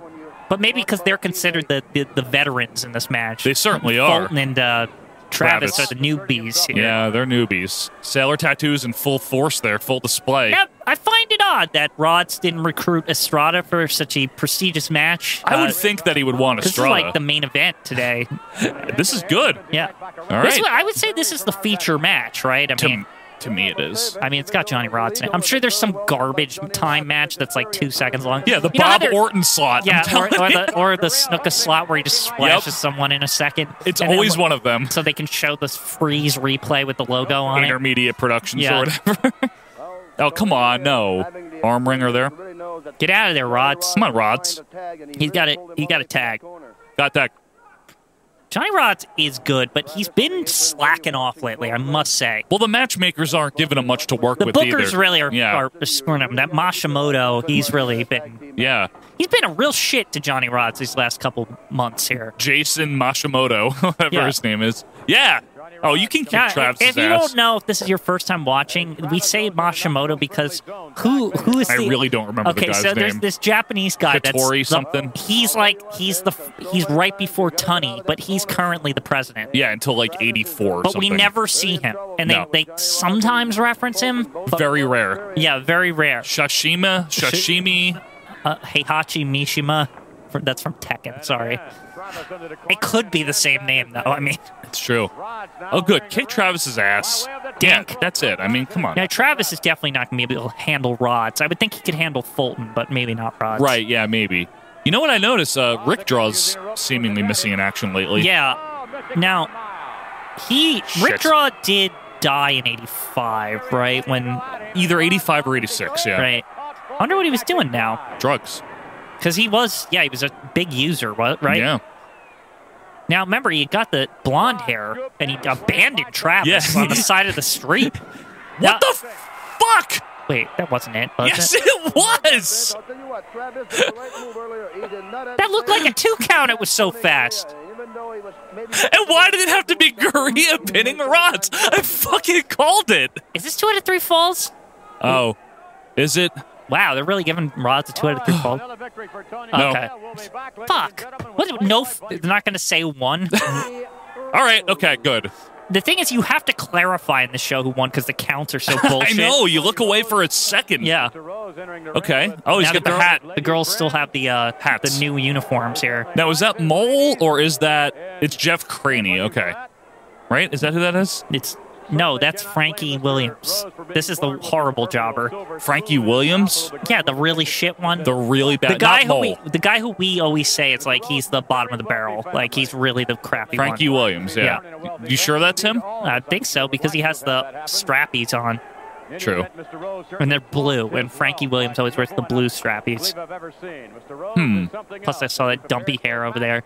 S2: But maybe because they're considered the, the, the veterans in this match.
S1: They certainly are.
S2: Fulton and uh, Travis,
S1: Travis.
S2: are the newbies here.
S1: Yeah, they're newbies. Sailor tattoos in full force there, full display.
S2: Now, I find it odd that Rods didn't recruit Estrada for such a prestigious match.
S1: I
S2: Uh,
S1: would think that he would want
S2: This is like
S1: Estrada.
S2: the main event today.
S1: This is good.
S2: Yeah.
S1: All
S2: This
S1: right.
S2: is- I would say this is the feature match, right? I
S1: To,
S2: mean,
S1: to me, it is.
S2: I mean, it's got Johnny Rods in it. I'm sure there's some garbage time match that's like two seconds long.
S1: Yeah, the
S2: You know how
S1: Bob
S2: they're-
S1: Orton slot. I'm [laughs]
S2: Yeah, or, or
S1: telling you.
S2: the or the snooker slot where he just splashes someone in a second.
S1: it's
S2: and then,
S1: always
S2: like,
S1: one of them.
S2: [laughs] So they can show this freeze replay with the logo on it.
S1: Intermediate Productions
S2: Yeah.
S1: or whatever. [laughs] oh, come on. No. Arm wringer there.
S2: Get out of there, Rods.
S1: Come on, Rods.
S2: He's got it. He got a tag.
S1: Got that.
S2: Johnny Rods is good, but he's been slacking off lately. I must say.
S1: Well, the matchmakers aren't giving him much to work
S2: The
S1: with
S2: bookers
S1: either.
S2: really are,
S1: Yeah.
S2: are screwing him. That Mashimoto, he's really been
S1: yeah.
S2: he's been a real shit to Johnny Rods these last couple months here.
S1: Jason Mashimoto, [laughs] whatever
S2: Yeah.
S1: his name is. Yeah. Oh, you can kick
S2: Yeah,
S1: Travis's
S2: if you
S1: ass.
S2: don't know if this is your first time watching, we say Mashimoto because who who is
S1: I
S2: the-
S1: really don't remember
S2: okay,
S1: the guy's
S2: so there's
S1: name.
S2: this Japanese guy
S1: Hattori
S2: that's the-
S1: something.
S2: he's like he's the he's right before Tunney, but he's currently the president.
S1: yeah, until like 84 or
S2: but
S1: something.
S2: we never see him, and
S1: No.
S2: they, they sometimes reference him. But
S1: Very rare.
S2: yeah, very rare.
S1: Shashima, Shashimi.
S2: Uh, Heihachi Mishima, for, that's from Tekken. Sorry, it could be the same name though. I mean,
S1: It's true. Oh, good. Kick Travis's ass. Yeah,
S2: Dink.
S1: that's it. I mean, come on.
S2: now Travis is definitely not going to be able to handle Rods. I would think he could handle Fulton, but maybe not Rods.
S1: Right, yeah, maybe. You know what I noticed? Uh, Rick Draw's seemingly missing in action lately.
S2: Yeah. Now, he
S1: Shit.
S2: Rick Draw did die in '85, right? When
S1: Either 85 or 86, yeah.
S2: right. I wonder what he was doing now,
S1: Drugs.
S2: because he was yeah he was a big user, wa- right?
S1: Yeah.
S2: Now remember, he got the blonde hair and he abandoned Travis
S1: Yeah. [laughs]
S2: on the side of the street.
S1: What the fuck?
S2: Wait, that wasn't it. Was
S1: yes,
S2: it?
S1: it was!
S2: That looked like a two count. It was so fast.
S1: And why did it have to be Gurria pinning Rods? I fucking called it.
S2: Is this two out of three falls?
S1: Oh, is it?
S2: Wow, they're really giving Rods a two out
S1: [sighs]
S2: of three fall.
S1: No.
S2: Okay. Fuck. What? No, f- they're not going to
S1: [laughs]
S2: say one.
S1: All right, okay, good.
S2: the thing is, you have to clarify in the show who won because the counts are so
S1: [laughs] I
S2: bullshit.
S1: know, you look away for a second.
S2: Yeah.
S1: Okay. Oh, he's
S2: Now
S1: got the
S2: girl-
S1: hat.
S2: The girls still have the uh,
S1: Hats.
S2: the new uniforms here.
S1: Now, is that Mole or is that. It's Jeff Craney, okay. Right? Is that who that is?
S2: It's no, that's Frankie Williams. This is the horrible jobber.
S1: Frankie Williams?
S2: Yeah, the really shit one.
S1: The really bad.
S2: the guy
S1: not
S2: who
S1: Mole.
S2: we, the guy who we always say it's like he's the bottom of the barrel. Like he's really the crappy
S1: Frankie
S2: one.
S1: Williams, yeah. You sure that's him?
S2: I think so because he has the strappies on
S1: True.
S2: and they're blue. And Frankie Williams always wears the blue strappies.
S1: Hmm.
S2: Plus, I saw that dumpy hair over there.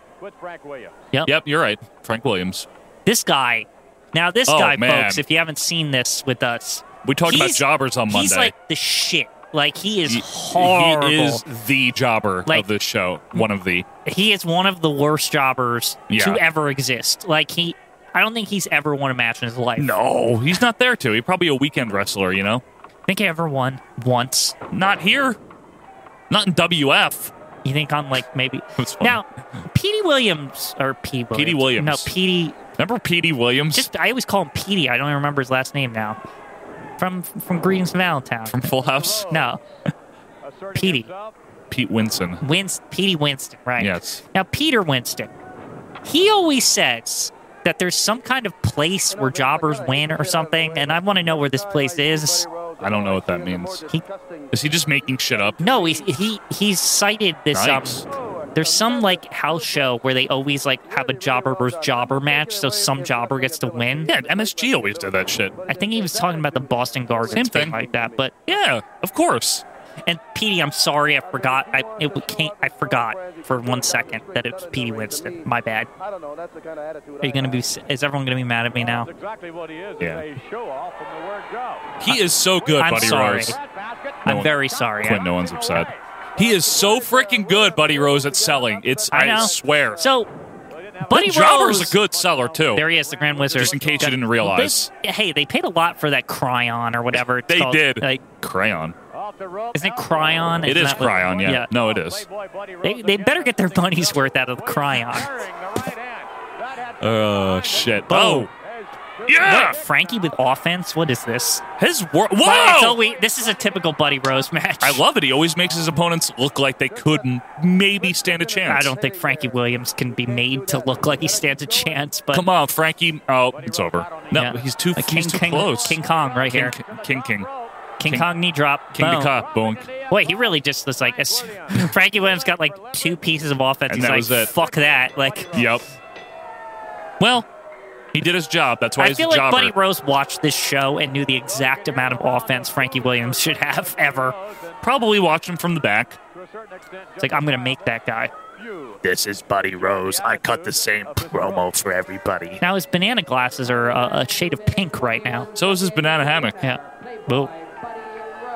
S1: Yep, you're right. Frank Williams.
S2: This guy. Now, this
S1: Oh,
S2: guy,
S1: man.
S2: folks, if you haven't seen this with us,
S1: We talked about
S2: he's-
S1: jobbers on
S2: He's
S1: Monday.
S2: like the shit. Like he is
S1: He-
S2: horrible.
S1: He is the jobber
S2: Like-
S1: of this show. One of the.
S2: he is one of the worst jobbers
S1: Yeah.
S2: to ever exist. Like he, I don't think he's ever won a match in his life.
S1: No, he's not there too. He's probably a weekend wrestler, you know?
S2: I think he ever won once.
S1: Not here. Not in WF.
S2: You think on like maybe
S1: [laughs] That's funny.
S2: now, Petey Williams or P. Williams?
S1: Petey Williams.
S2: No, Petey.
S1: Remember Petey Williams
S2: Just I always call him Petey. I don't even remember his last name now. From from Greetings from Allentown.
S1: from Full House?
S2: no, Petey.
S1: Pete Winson.
S2: Winst, Petey Winston, right?
S1: Yes.
S2: Now, Peter Winston, he always says that there's some kind of place where jobbers win or something, and I want to know where this place is.
S1: I don't know what that means.
S2: He,
S1: Is he just making shit up?
S2: no, he, he he's cited this. Um,
S1: Nice.
S2: there's some like house show where they always like have a jobber versus jobber match, so some jobber gets to win.
S1: Yeah, MSG always did that shit.
S2: I think he was talking about the Boston Garden,
S1: Same thing.
S2: like that. But
S1: Yeah, of course.
S2: and Petey, I'm sorry, I forgot. I it w- can't. I forgot for one second that it was Petey Winston. My bad.
S12: I don't know. That's the kind of attitude.
S2: Are you gonna be? s- Is everyone gonna be mad at me now?
S1: Yeah.
S4: Show off from the word go.
S1: He is so good,
S2: I'm
S1: Buddy
S2: sorry.
S1: Rose.
S2: I'm
S1: one-
S2: very sorry.
S1: Quinn, no one's upset. He is so freaking good, Buddy Rose, at selling. It's I,
S2: I know.
S1: swear.
S2: So Buddy
S1: Jobber's
S2: Rose.
S1: a good seller too.
S2: There he is, the Grand Wizard.
S1: Just in case you
S2: Got-
S1: didn't realize.
S2: They- hey, they paid a lot for that Cryon or whatever. It's
S1: They
S2: called.
S1: did.
S2: Like,
S1: Crayon.
S2: isn't it Cryon?
S1: It
S2: Isn't
S1: is
S2: that what-
S1: Cryon, yeah. No, it is.
S2: They, they better get their money's worth out of Cryon.
S1: Oh shit. Oh. Yeah.
S2: What, Frankie with offense? What is this?
S1: His wor- Whoa!
S2: Wow, it's always- this is a typical Buddy Rose match.
S1: Oh! I love it. He always makes his opponents look like they could m- maybe stand a chance.
S2: I don't think Frankie Williams can be made to look like he stands a chance, but
S1: Come on, Frankie. Oh, it's over. No,
S2: Yeah.
S1: he's too,
S2: Like
S1: he's
S2: King,
S1: too
S2: King,
S1: close.
S2: King Kong right
S1: King,
S2: here.
S1: King, King, King.
S2: King,
S1: King-
S2: Kong knee drop.
S1: King to
S2: Boom.
S1: cop. Boom.
S2: Wait, he really just was like as- [laughs] Frankie Williams got like two pieces of offense.
S1: And
S2: He's
S1: that
S2: like,
S1: was it.
S2: fuck that. Like
S1: Yep. Well, he did his job. That's why
S2: I
S1: he's
S2: feel
S1: a
S2: like
S1: jobber.
S2: Buddy Rose watched this show and knew the exact amount of offense Frankie Williams [laughs] should have ever.
S1: Probably watch him from the back.
S2: It's like I'm gonna make that guy.
S13: This is Buddy Rose. I cut the same promo for everybody.
S2: Now his banana glasses are uh, a shade of pink right now.
S1: So is his banana hammock.
S2: Yeah. Boo.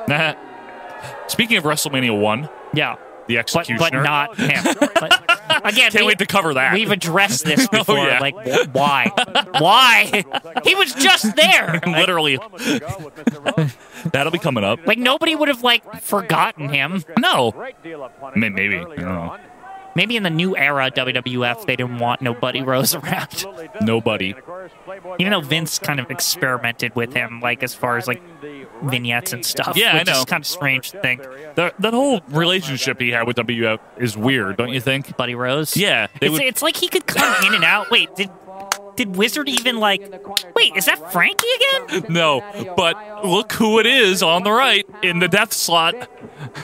S1: Nah. [laughs] Speaking of WrestleMania 1,
S2: [laughs] Yeah.
S1: the
S2: But,
S1: executioner.
S2: but not him.
S1: [laughs]
S2: But- again,
S1: Can't
S2: we-
S1: wait to cover that.
S2: We've addressed this before.
S1: yeah.
S2: Like, wh- why? [laughs] why? he was just there.
S1: [laughs]
S2: Like,
S1: Literally. [laughs] [laughs] That'll be coming up.
S2: Like nobody would have like [laughs] forgotten him.
S1: No.
S3: May-
S1: May- maybe. I don't know.
S2: Maybe in the new era WWF they didn't want no Buddy Rose around. [laughs]
S1: Nobody.
S2: Even though Vince kind of experimented with him, like as far as like vignettes and stuff.
S1: Yeah, I
S2: which
S1: know.
S2: Is kind of strange to think.
S1: That, that whole relationship he had with WF is weird, don't you think?
S2: Buddy Rose.
S1: Yeah, they
S2: it's,
S1: would-
S2: it's like he could come in and out. Wait, did did Wizard even like? Wait, is that Frankie again?
S1: [laughs] No, but look who it is on the right in the death slot.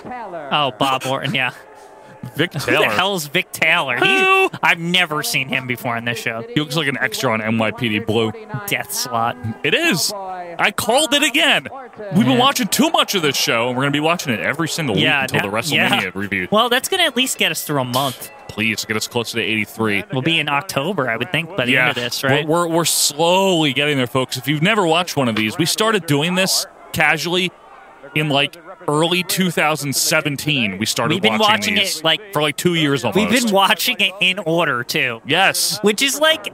S2: Oh, Bob
S1: [laughs]
S2: Orton. Yeah.
S1: Vic Taylor.
S2: [laughs] Who the hell's Vic Taylor? He,
S1: Who?
S2: I've never seen him before in this show.
S1: He looks like an extra on NYPD Blue.
S2: Death slot.
S1: It is.
S4: Oh,
S1: I called it again. We've been
S2: Yeah.
S1: watching too much of this show, and we're going to be watching it every single
S2: Yeah,
S1: week until
S2: now-
S1: the WrestleMania
S2: yeah.
S1: review.
S2: Well, that's gonna at least get us through a month.
S1: Please get us closer to 83.
S2: We'll be in October, I would think, by the
S1: yeah.
S2: end of this, right?
S1: We're, we're, we're slowly getting there, folks. If you've never watched one of these, we started doing this casually in like early 2017. We started
S2: We've been
S1: watching,
S2: watching
S1: these
S2: it, like-
S1: for like two years almost.
S2: We've been watching it in order too.
S1: yes.
S2: Which is like,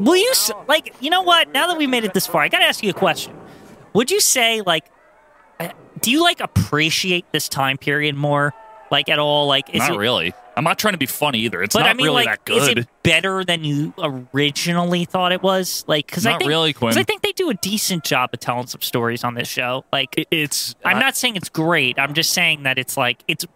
S2: will you s- like? You know what? Now that we made it this far, I gotta ask you a question. Would you say like, uh, do you like appreciate this time period more, like at all? Like, is
S1: not
S2: it,
S1: really. I'm not trying to be fun either. It's
S2: But
S1: not
S2: I mean,
S1: really that
S2: like,
S1: good.
S2: is it better than you originally thought it was? Like, because I
S1: Not
S2: think,
S1: really, Quinn.
S2: 'cause I think they do a decent job of telling some stories on this show. Like,
S1: It- it's.
S2: I'm not saying it's great. I'm just saying that it's like it's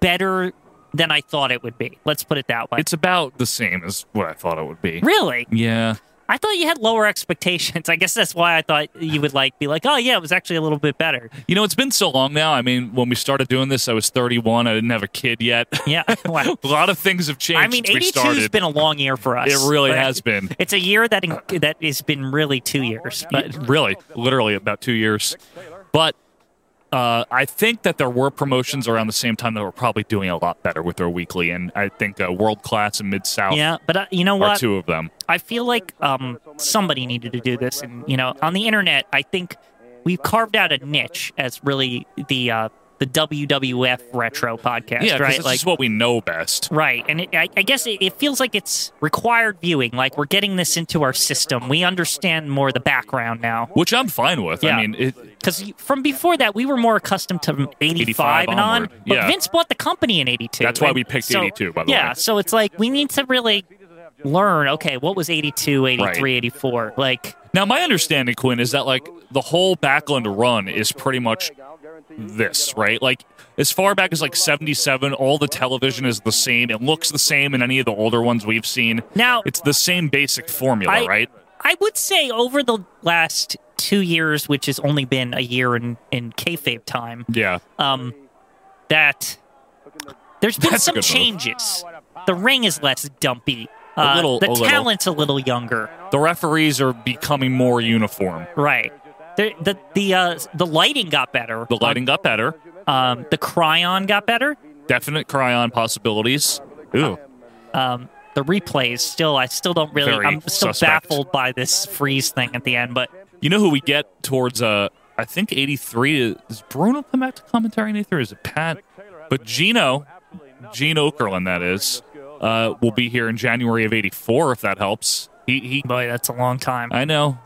S2: better than I thought it would be. Let's put it that way.
S1: It's about the same as what I thought it would be.
S2: really.
S1: Yeah.
S2: I thought you had lower expectations. [laughs] I guess that's why I thought you would like be like, oh yeah, it was actually a little bit better.
S1: You know, it's been so long now. I mean, when we started doing this, I was 31. I didn't have a kid yet. [laughs]
S2: Yeah. [laughs] Wow.
S1: a lot of things have changed
S2: I mean,
S1: since we
S2: 82 has
S1: started.
S2: been a long year for us.
S1: It really
S2: Like,
S1: has been.
S2: It's a year that that has been really two years, but
S1: really, literally about two years. But uh, I think that there were promotions around the same time that were probably doing a lot better with their weekly, and I think uh, World Class and Mid South
S2: yeah. But uh, you know
S1: are
S2: what?
S1: two of them.
S2: I feel like um, somebody needed to do this, and you know, on the internet, I think we've carved out a niche as really the uh, the WWF retro podcast,
S1: Yeah, because
S2: right?
S1: it's just what we know best.
S2: right, and it, I, I guess it, it feels like it's required viewing. Like we're getting this into our system. We understand more the background now.
S1: Which I'm fine with.
S2: Yeah.
S1: I mean, it,
S2: Because from before that, we were more accustomed to 85,
S1: 85
S2: and on.
S1: onward,
S2: But
S1: yeah.
S2: Vince bought the company in 82.
S1: That's why
S2: and
S1: we picked
S2: so-
S1: 82, by the
S2: yeah,
S1: way.
S2: so it's like we need to really learn, okay, what was 82, 83,
S1: Right.
S2: 84? Like,
S1: Now, my understanding, Quinn, is that like the whole Backlund run is pretty much this, right? Like as far back as like '77, all the television is the same. It looks the same in any of the older ones we've seen.
S2: Now-
S1: it's the same basic formula,
S2: I-
S1: right?
S2: I would say over the last two years, which has only been a year in, in kayfabe time,
S1: Yeah,
S2: um, that there's been
S1: That's a
S2: some
S1: good move.
S2: changes. The ring is less dumpy.
S1: A
S2: Uh,
S1: little-
S2: the
S1: a little.
S2: talent's a little younger.
S1: the referees are becoming more uniform.
S2: Right. The the the, uh, the lighting got better.
S1: The lighting got better.
S2: Um, the cryon got better.
S1: Definite cryon possibilities. Ooh,
S2: Um, the replays still, I still don't really.
S1: Very
S2: I'm still
S1: suspect.
S2: baffled by this freeze thing at the end. But
S1: you know who we get towards? Uh, I think '83 is Bruno come back to commentary in '83. Is it Pat? But Gino, Gene Okerlund, that is. uh, will be here in January of '84, if that helps. He, he,
S2: Boy, that's a long time.
S1: I know,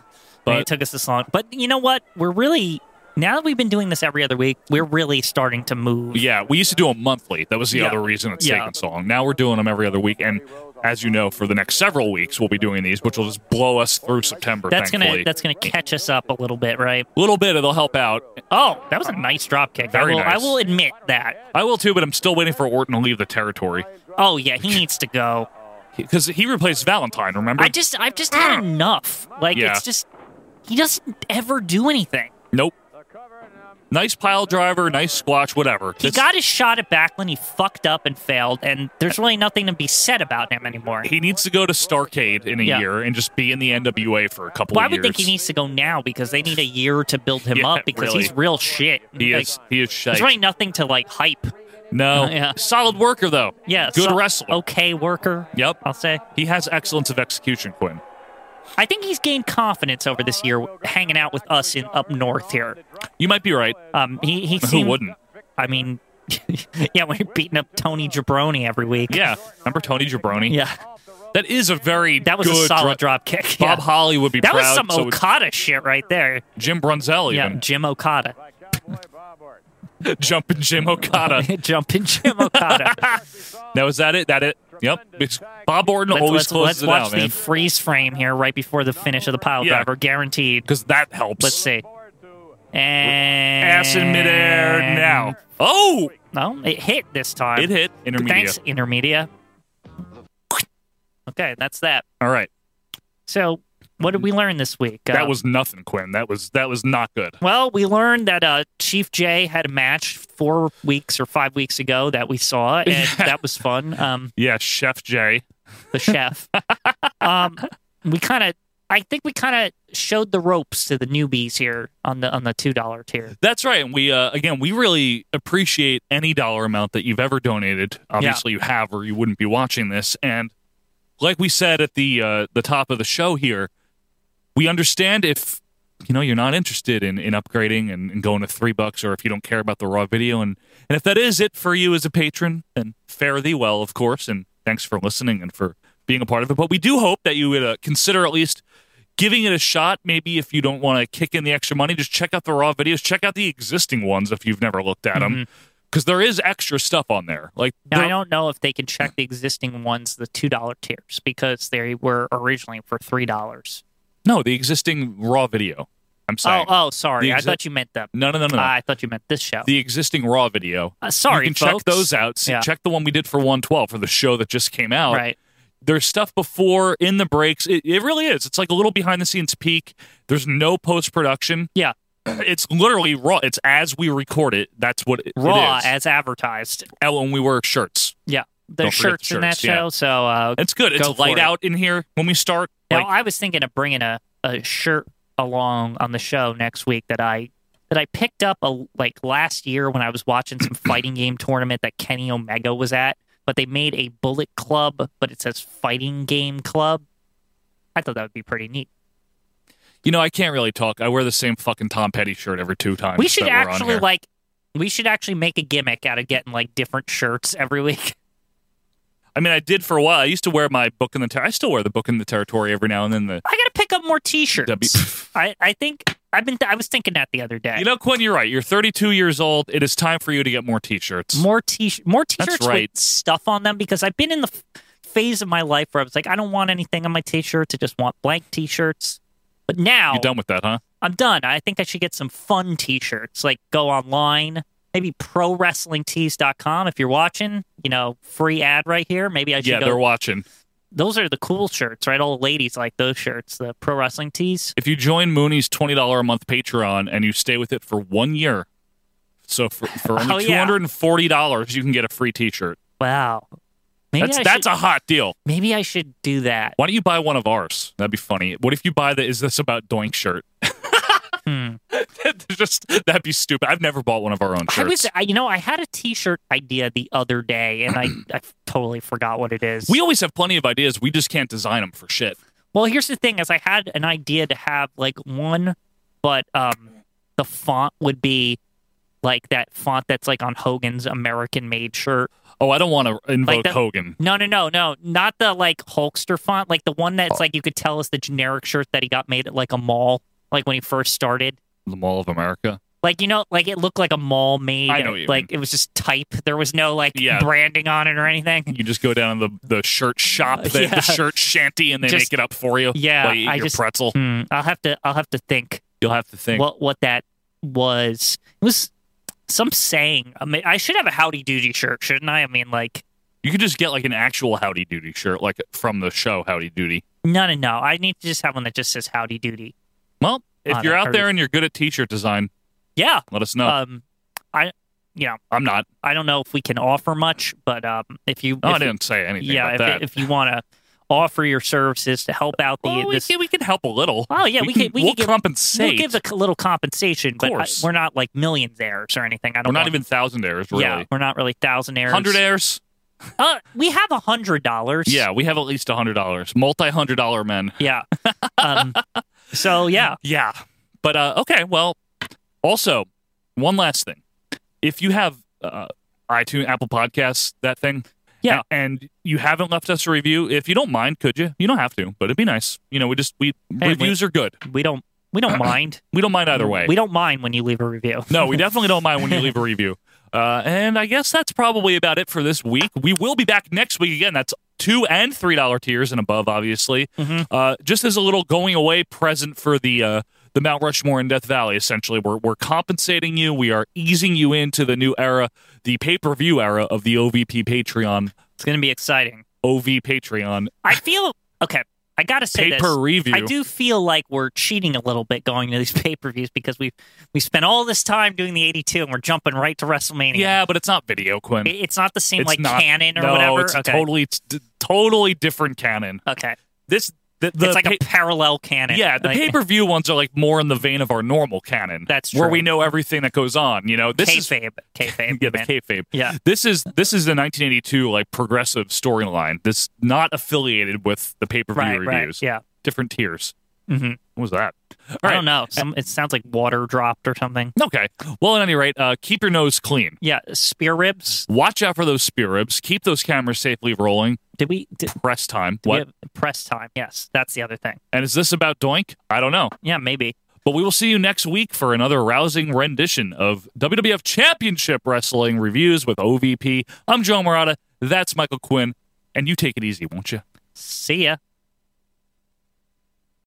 S2: But
S1: but
S2: it took us this long. But you know what? We're really now that we've been doing this every other week, we're really starting to move.
S1: yeah, we used to do them monthly. That was the
S2: Yeah.
S1: other reason it's
S2: Yeah.
S1: taken so long. Now we're doing them every other week, and as you know, for the next several weeks, we'll be doing these, which will just blow us through September.
S2: that's
S1: thankfully.
S2: gonna that's gonna catch us up a little bit, right?
S1: little bit. It'll help out.
S2: Oh, that was a nice drop kick.
S1: Very
S2: I will,
S1: nice.
S2: I will admit that.
S1: I will too, but I'm still waiting for Orton to leave the territory
S2: Oh yeah, he needs to go.
S1: because he replaced Valentine. Remember?
S2: I just I've just had enough. Like
S1: Yeah.
S2: it's just he doesn't ever do anything.
S1: nope. Nice pile driver, nice squash, whatever.
S2: He
S1: This-
S2: got his shot at Backlund. He fucked up and failed, and there's really nothing to be said about him anymore.
S1: He needs to go to Starcade in a
S2: Yeah.
S1: year and just be in the NWA for a couple
S2: well, I
S1: of
S2: would
S1: years.
S2: think he needs to go now because they need a year to build
S1: [laughs]
S2: him
S1: Yeah,
S2: up because
S1: really.
S2: he's real shit.
S1: He
S2: Like,
S1: is. He is shite.
S2: There's really nothing to like hype.
S1: No.
S2: Uh, [laughs] yeah.
S1: Solid worker though.
S2: Yeah,
S1: Good
S2: so-
S1: wrestler.
S2: Okay, worker.
S1: Yep.
S2: I'll say.
S1: He has excellence of execution, Quinn.
S2: I think he's gained confidence over this year hanging out with us in up north here.
S1: You might be right.
S2: Um, he he
S1: Who
S2: seemed,
S1: wouldn't?
S2: I mean, [laughs] yeah, when you're beating up Tony Jabroni every week.
S1: Yeah. Remember Tony Jabroni?
S2: yeah,
S1: That is a very
S2: that was a
S1: good
S2: solid
S1: dro-
S2: drop kick.
S1: Bob
S2: yeah.
S1: Holly would be
S2: That was
S1: proud.
S2: some
S1: so would
S2: Okada shit right there.
S1: Jim Brunzel
S2: Yeah,
S1: even [laughs]
S2: Jim Okada.
S1: jumping Jim
S2: [laughs]
S1: Okada. [laughs]
S2: Jumping Jim Okada.
S1: Now is that it? That it? Yep. It's- Bob Orton
S2: let's
S1: always
S2: let's,
S1: closes
S2: let's
S1: it
S2: watch
S1: out,
S2: the
S1: man,
S2: freeze frame here right before the finish of the pile
S1: Yeah.
S2: driver, guaranteed.
S1: because that helps.
S2: Let's see. And
S1: Ass in midair now. Oh,
S2: No, it hit this time.
S1: it hit intermediate.
S2: Thanks, Intermedia. Okay, that's that.
S1: All right,
S2: So, what did we learn this week? Uh,
S1: Mm-hmm. that was nothing, Quinn. That was that was not good.
S2: well, we learned that uh, Chief J had a match four weeks or five weeks ago that we saw,
S1: [laughs]
S2: and that was fun. Um,
S1: Yeah, Chef J.
S2: the chef. um, we kind of, I think we kind of showed the ropes to the newbies here on the on the two dollar tier.
S1: That's right. And we uh, again, we really appreciate any dollar amount that you've ever donated. Obviously, you have, or you wouldn't be watching this. And like we said at the uh, the top of the show here, we understand if you know you're not interested in, in upgrading and, and going to three bucks, or if you don't care about the raw video, and and if that is it for you as a patron, then fare thee well, of course. And thanks for listening and for being a part of it. But we do hope that you would uh, consider at least giving it a shot. Maybe if you don't want to kick in the extra money, just check out the raw videos. Check out the existing ones if you've never looked at them, because is extra stuff on there. Like
S2: Now Mm-hmm. I
S1: there-
S2: don't know if they can check the existing ones, the two dollar tiers, because they were originally for three dollars.
S1: no, the existing raw video. I'm
S2: Oh,
S1: saying
S2: oh, sorry,
S1: The
S2: I
S1: exi-
S2: thought you meant them.
S1: no, no, no, no. no.
S2: Uh, I thought you meant this show.
S1: the existing raw video.
S2: Uh, sorry,
S1: you can
S2: folks.
S1: check those out. See,
S2: Yeah.
S1: Check the one we did for 112 for the show that just came out.
S2: Right.
S1: There's stuff before in the breaks. It, it really is. It's like a little behind the scenes peek. There's no post production.
S2: Yeah,
S1: [clears throat] It's literally raw. It's as we record it. That's what it, It
S2: raw
S1: is.
S2: as advertised.
S1: Oh, and we wear shirts.
S2: Yeah, the
S1: Don't forget
S2: shirts,
S1: the
S2: in that
S1: shirts, yeah.
S2: show. So uh,
S1: It's good. It's
S2: Go for
S1: light
S2: it.
S1: out in here when we start.
S2: Now,
S1: like,
S2: I was thinking of bringing a, a shirt along on the show next week that I that I picked up a, like last year when I was
S1: [clears throat]
S2: watching some fighting game tournament that Kenny Omega was at, but they made a Bullet Club, but it says Fighting Game Club. I thought that would be pretty neat.
S1: you know, I can't really talk. I wear the same fucking Tom Petty shirt every two times.
S2: we should
S1: that we're on
S2: actually
S1: here.
S2: like we should actually make a gimmick out of getting like different shirts every week. [laughs]
S1: I mean, I did for a while. I used to wear my book in the. Ter- I still wear the book in the territory every now and
S2: [laughs]
S1: then. The
S2: I gotta pick up more T-shirts.
S1: W-
S2: I I think I've been I was thinking that the other day.
S1: You know, Quinn, you're right. You're 32 years old. It is time for you to get more t-shirts.
S2: more t more t-shirts
S1: right.
S2: with stuff on them because I've been in the f- phase of my life where I was like, I don't want anything on my t-shirts. I just want blank t-shirts. But now
S1: You're done with that, huh?
S2: I'm done. I think I should get some fun t-shirts. Like go online, maybe prowrestlingtees.com if you're watching. You know, free ad right here. Maybe I should
S1: Yeah,
S2: go.
S1: they're watching.
S2: Those are the cool shirts, right? All the ladies like those shirts, the pro wrestling tees.
S1: If you join Mooney's $20 a month Patreon and you stay with it for one year, so for, for only
S2: [laughs] Oh, yeah.
S1: $240, you can get a free t-shirt.
S2: Wow. Maybe
S1: That's
S2: I
S1: that's
S2: should,
S1: a hot deal.
S2: maybe I should do that.
S1: Why don't you buy one of ours? That'd be funny. What if you buy the Is This About Doink shirt? [laughs]
S2: Hmm.
S1: Just That'd be stupid. I've never bought one of our own shirts.
S2: I was, I, you know, I had a T-shirt idea the other day,
S1: [clears throat]
S2: and I, I totally forgot what it is.
S1: we always have plenty of ideas. We just can't design them for shit.
S2: well, here's the thing: is I had an idea to have like one, but um, the font would be like that font that's like on Hogan's American made shirt.
S1: Oh, I don't want to invoke
S2: the-
S1: Hogan.
S2: No, no, no, no. Not the like Hulkster font, like the one
S1: Oh.
S2: that's like you could tell is the generic shirt that he got made at like a mall, like when he first started.
S4: The Mall of America.
S2: Like you know, like it looked like a mall made.
S1: I
S2: and
S1: know
S2: it-
S1: what you
S2: like it was just type. There was no like
S1: Yeah.
S2: branding on it or anything.
S1: You just go down to the, the shirt shop, the,
S2: Uh, yeah.
S1: the shirt shanty, and they
S2: Just-
S1: make it up for you.
S2: Yeah,
S1: while you eat
S2: I
S1: your
S2: just-
S1: pretzel.
S2: Hmm, I'll have to. I'll have to think.
S1: You'll have to think.
S2: what what that was. It was some saying. I, mean, I should have a howdy doody shirt, shouldn't I? I mean, like,
S1: you could just get like an actual Howdy Doody shirt, like from the show Howdy Doody.
S2: no, no, no. I need to just have one that just says howdy doody.
S1: Well, if
S2: On
S1: you're
S2: a-
S1: out
S2: or-
S1: there and you're good at t-shirt design,
S2: Yeah.
S1: let us know.
S2: Um, I, you know,
S1: I'm not.
S2: I don't know if we can offer much, but um, if you,
S1: Oh, I
S2: if you-
S1: didn't say anything about
S2: yeah, if,
S1: that.
S2: if you want to offer your services to help out the
S1: well, we,
S2: this.
S1: can, we can help a little.
S2: Oh yeah, we,
S1: can,
S2: could we
S1: we'll
S2: could give,
S1: compensate.
S2: We'll give a c- little compensation, but I,
S1: course.
S2: we're not like millionaires or anything. I
S1: We're
S2: don't.
S1: not
S2: want-
S1: even thousand airs, really.
S2: Yeah, we're not really thousandaires.
S1: Hundred airs?
S2: Uh, we have a hundred dollars.
S1: Yeah, we have at least a hundred dollars. Multi hundred dollar men.
S2: Yeah. [laughs] Um, so yeah,
S1: Yeah. But uh, okay, well, also one last thing. If you have uh, iTunes, Apple Podcasts, that thing,
S2: Yeah.
S1: a- and you haven't left us a review, if you don't mind, could you? You don't have to, but it'd be nice. You know, we just we
S2: Hey,
S1: reviews are good.
S2: we don't we don't mind.
S1: We don't mind [clears throat] either way.
S2: We don't mind when you leave a review.
S1: no, we definitely don't mind when you leave a review. Uh, and I guess that's probably about it for this week. We will be back next week again. That's two and three dollar tiers and above, obviously.
S2: Mm-hmm.
S1: Uh, just as a little going away present for the uh, the Mount Rushmore and Death Valley. Essentially, we're we're compensating you. We are easing you into the new era, the pay per view era of the OVP Patreon.
S2: [laughs] It's gonna be exciting.
S1: OV Patreon.
S2: I feel okay. I gotta say this.
S1: Pay-per review.
S2: I do feel like we're cheating a little bit going to these [laughs] pay per views because we we spent all this time doing the eighty two and we're jumping right to WrestleMania.
S1: Yeah, but it's not video, Quinn.
S2: I- it's not the same
S1: it's
S2: like
S1: not,
S2: canon or
S1: no,
S2: whatever.
S1: It's
S2: okay.
S1: totally it's d- totally different canon.
S2: okay.
S1: This the, the
S2: it's like
S1: pa-
S2: a parallel canon.
S1: Yeah, the
S2: like,
S1: pay per view ones are like more in the vein of our normal canon.
S2: That's
S1: where
S2: true.
S1: we know everything that goes on. You know, this is
S2: kayfabe. Kayfabe.
S1: [laughs] yeah the
S2: man.
S1: kayfabe.
S2: Yeah.
S1: this is this is the 1982 like progressive storyline. That's not affiliated with the pay per view
S2: Right. Right.
S1: reviews.
S2: Yeah.
S1: different tiers.
S2: Mhm.
S1: What was that? All
S2: I don't
S1: right.
S2: know. Some, it sounds like water dropped or something.
S1: Okay. Well, at any rate, uh, keep your nose clean.
S2: Yeah. Spear ribs.
S1: Watch out for those spear ribs. Keep those cameras safely rolling.
S2: Did we? Did,
S1: Press time.
S2: We
S1: What?
S2: have press time. Yes, that's the other thing.
S1: And is this about Doink? I don't know.
S2: Yeah, maybe.
S1: But we will see you next week for another rousing rendition of WWF Championship Wrestling reviews with OVP. I'm Joe Morata. That's Michael Quinn. And you take it easy, won't you?
S2: See ya.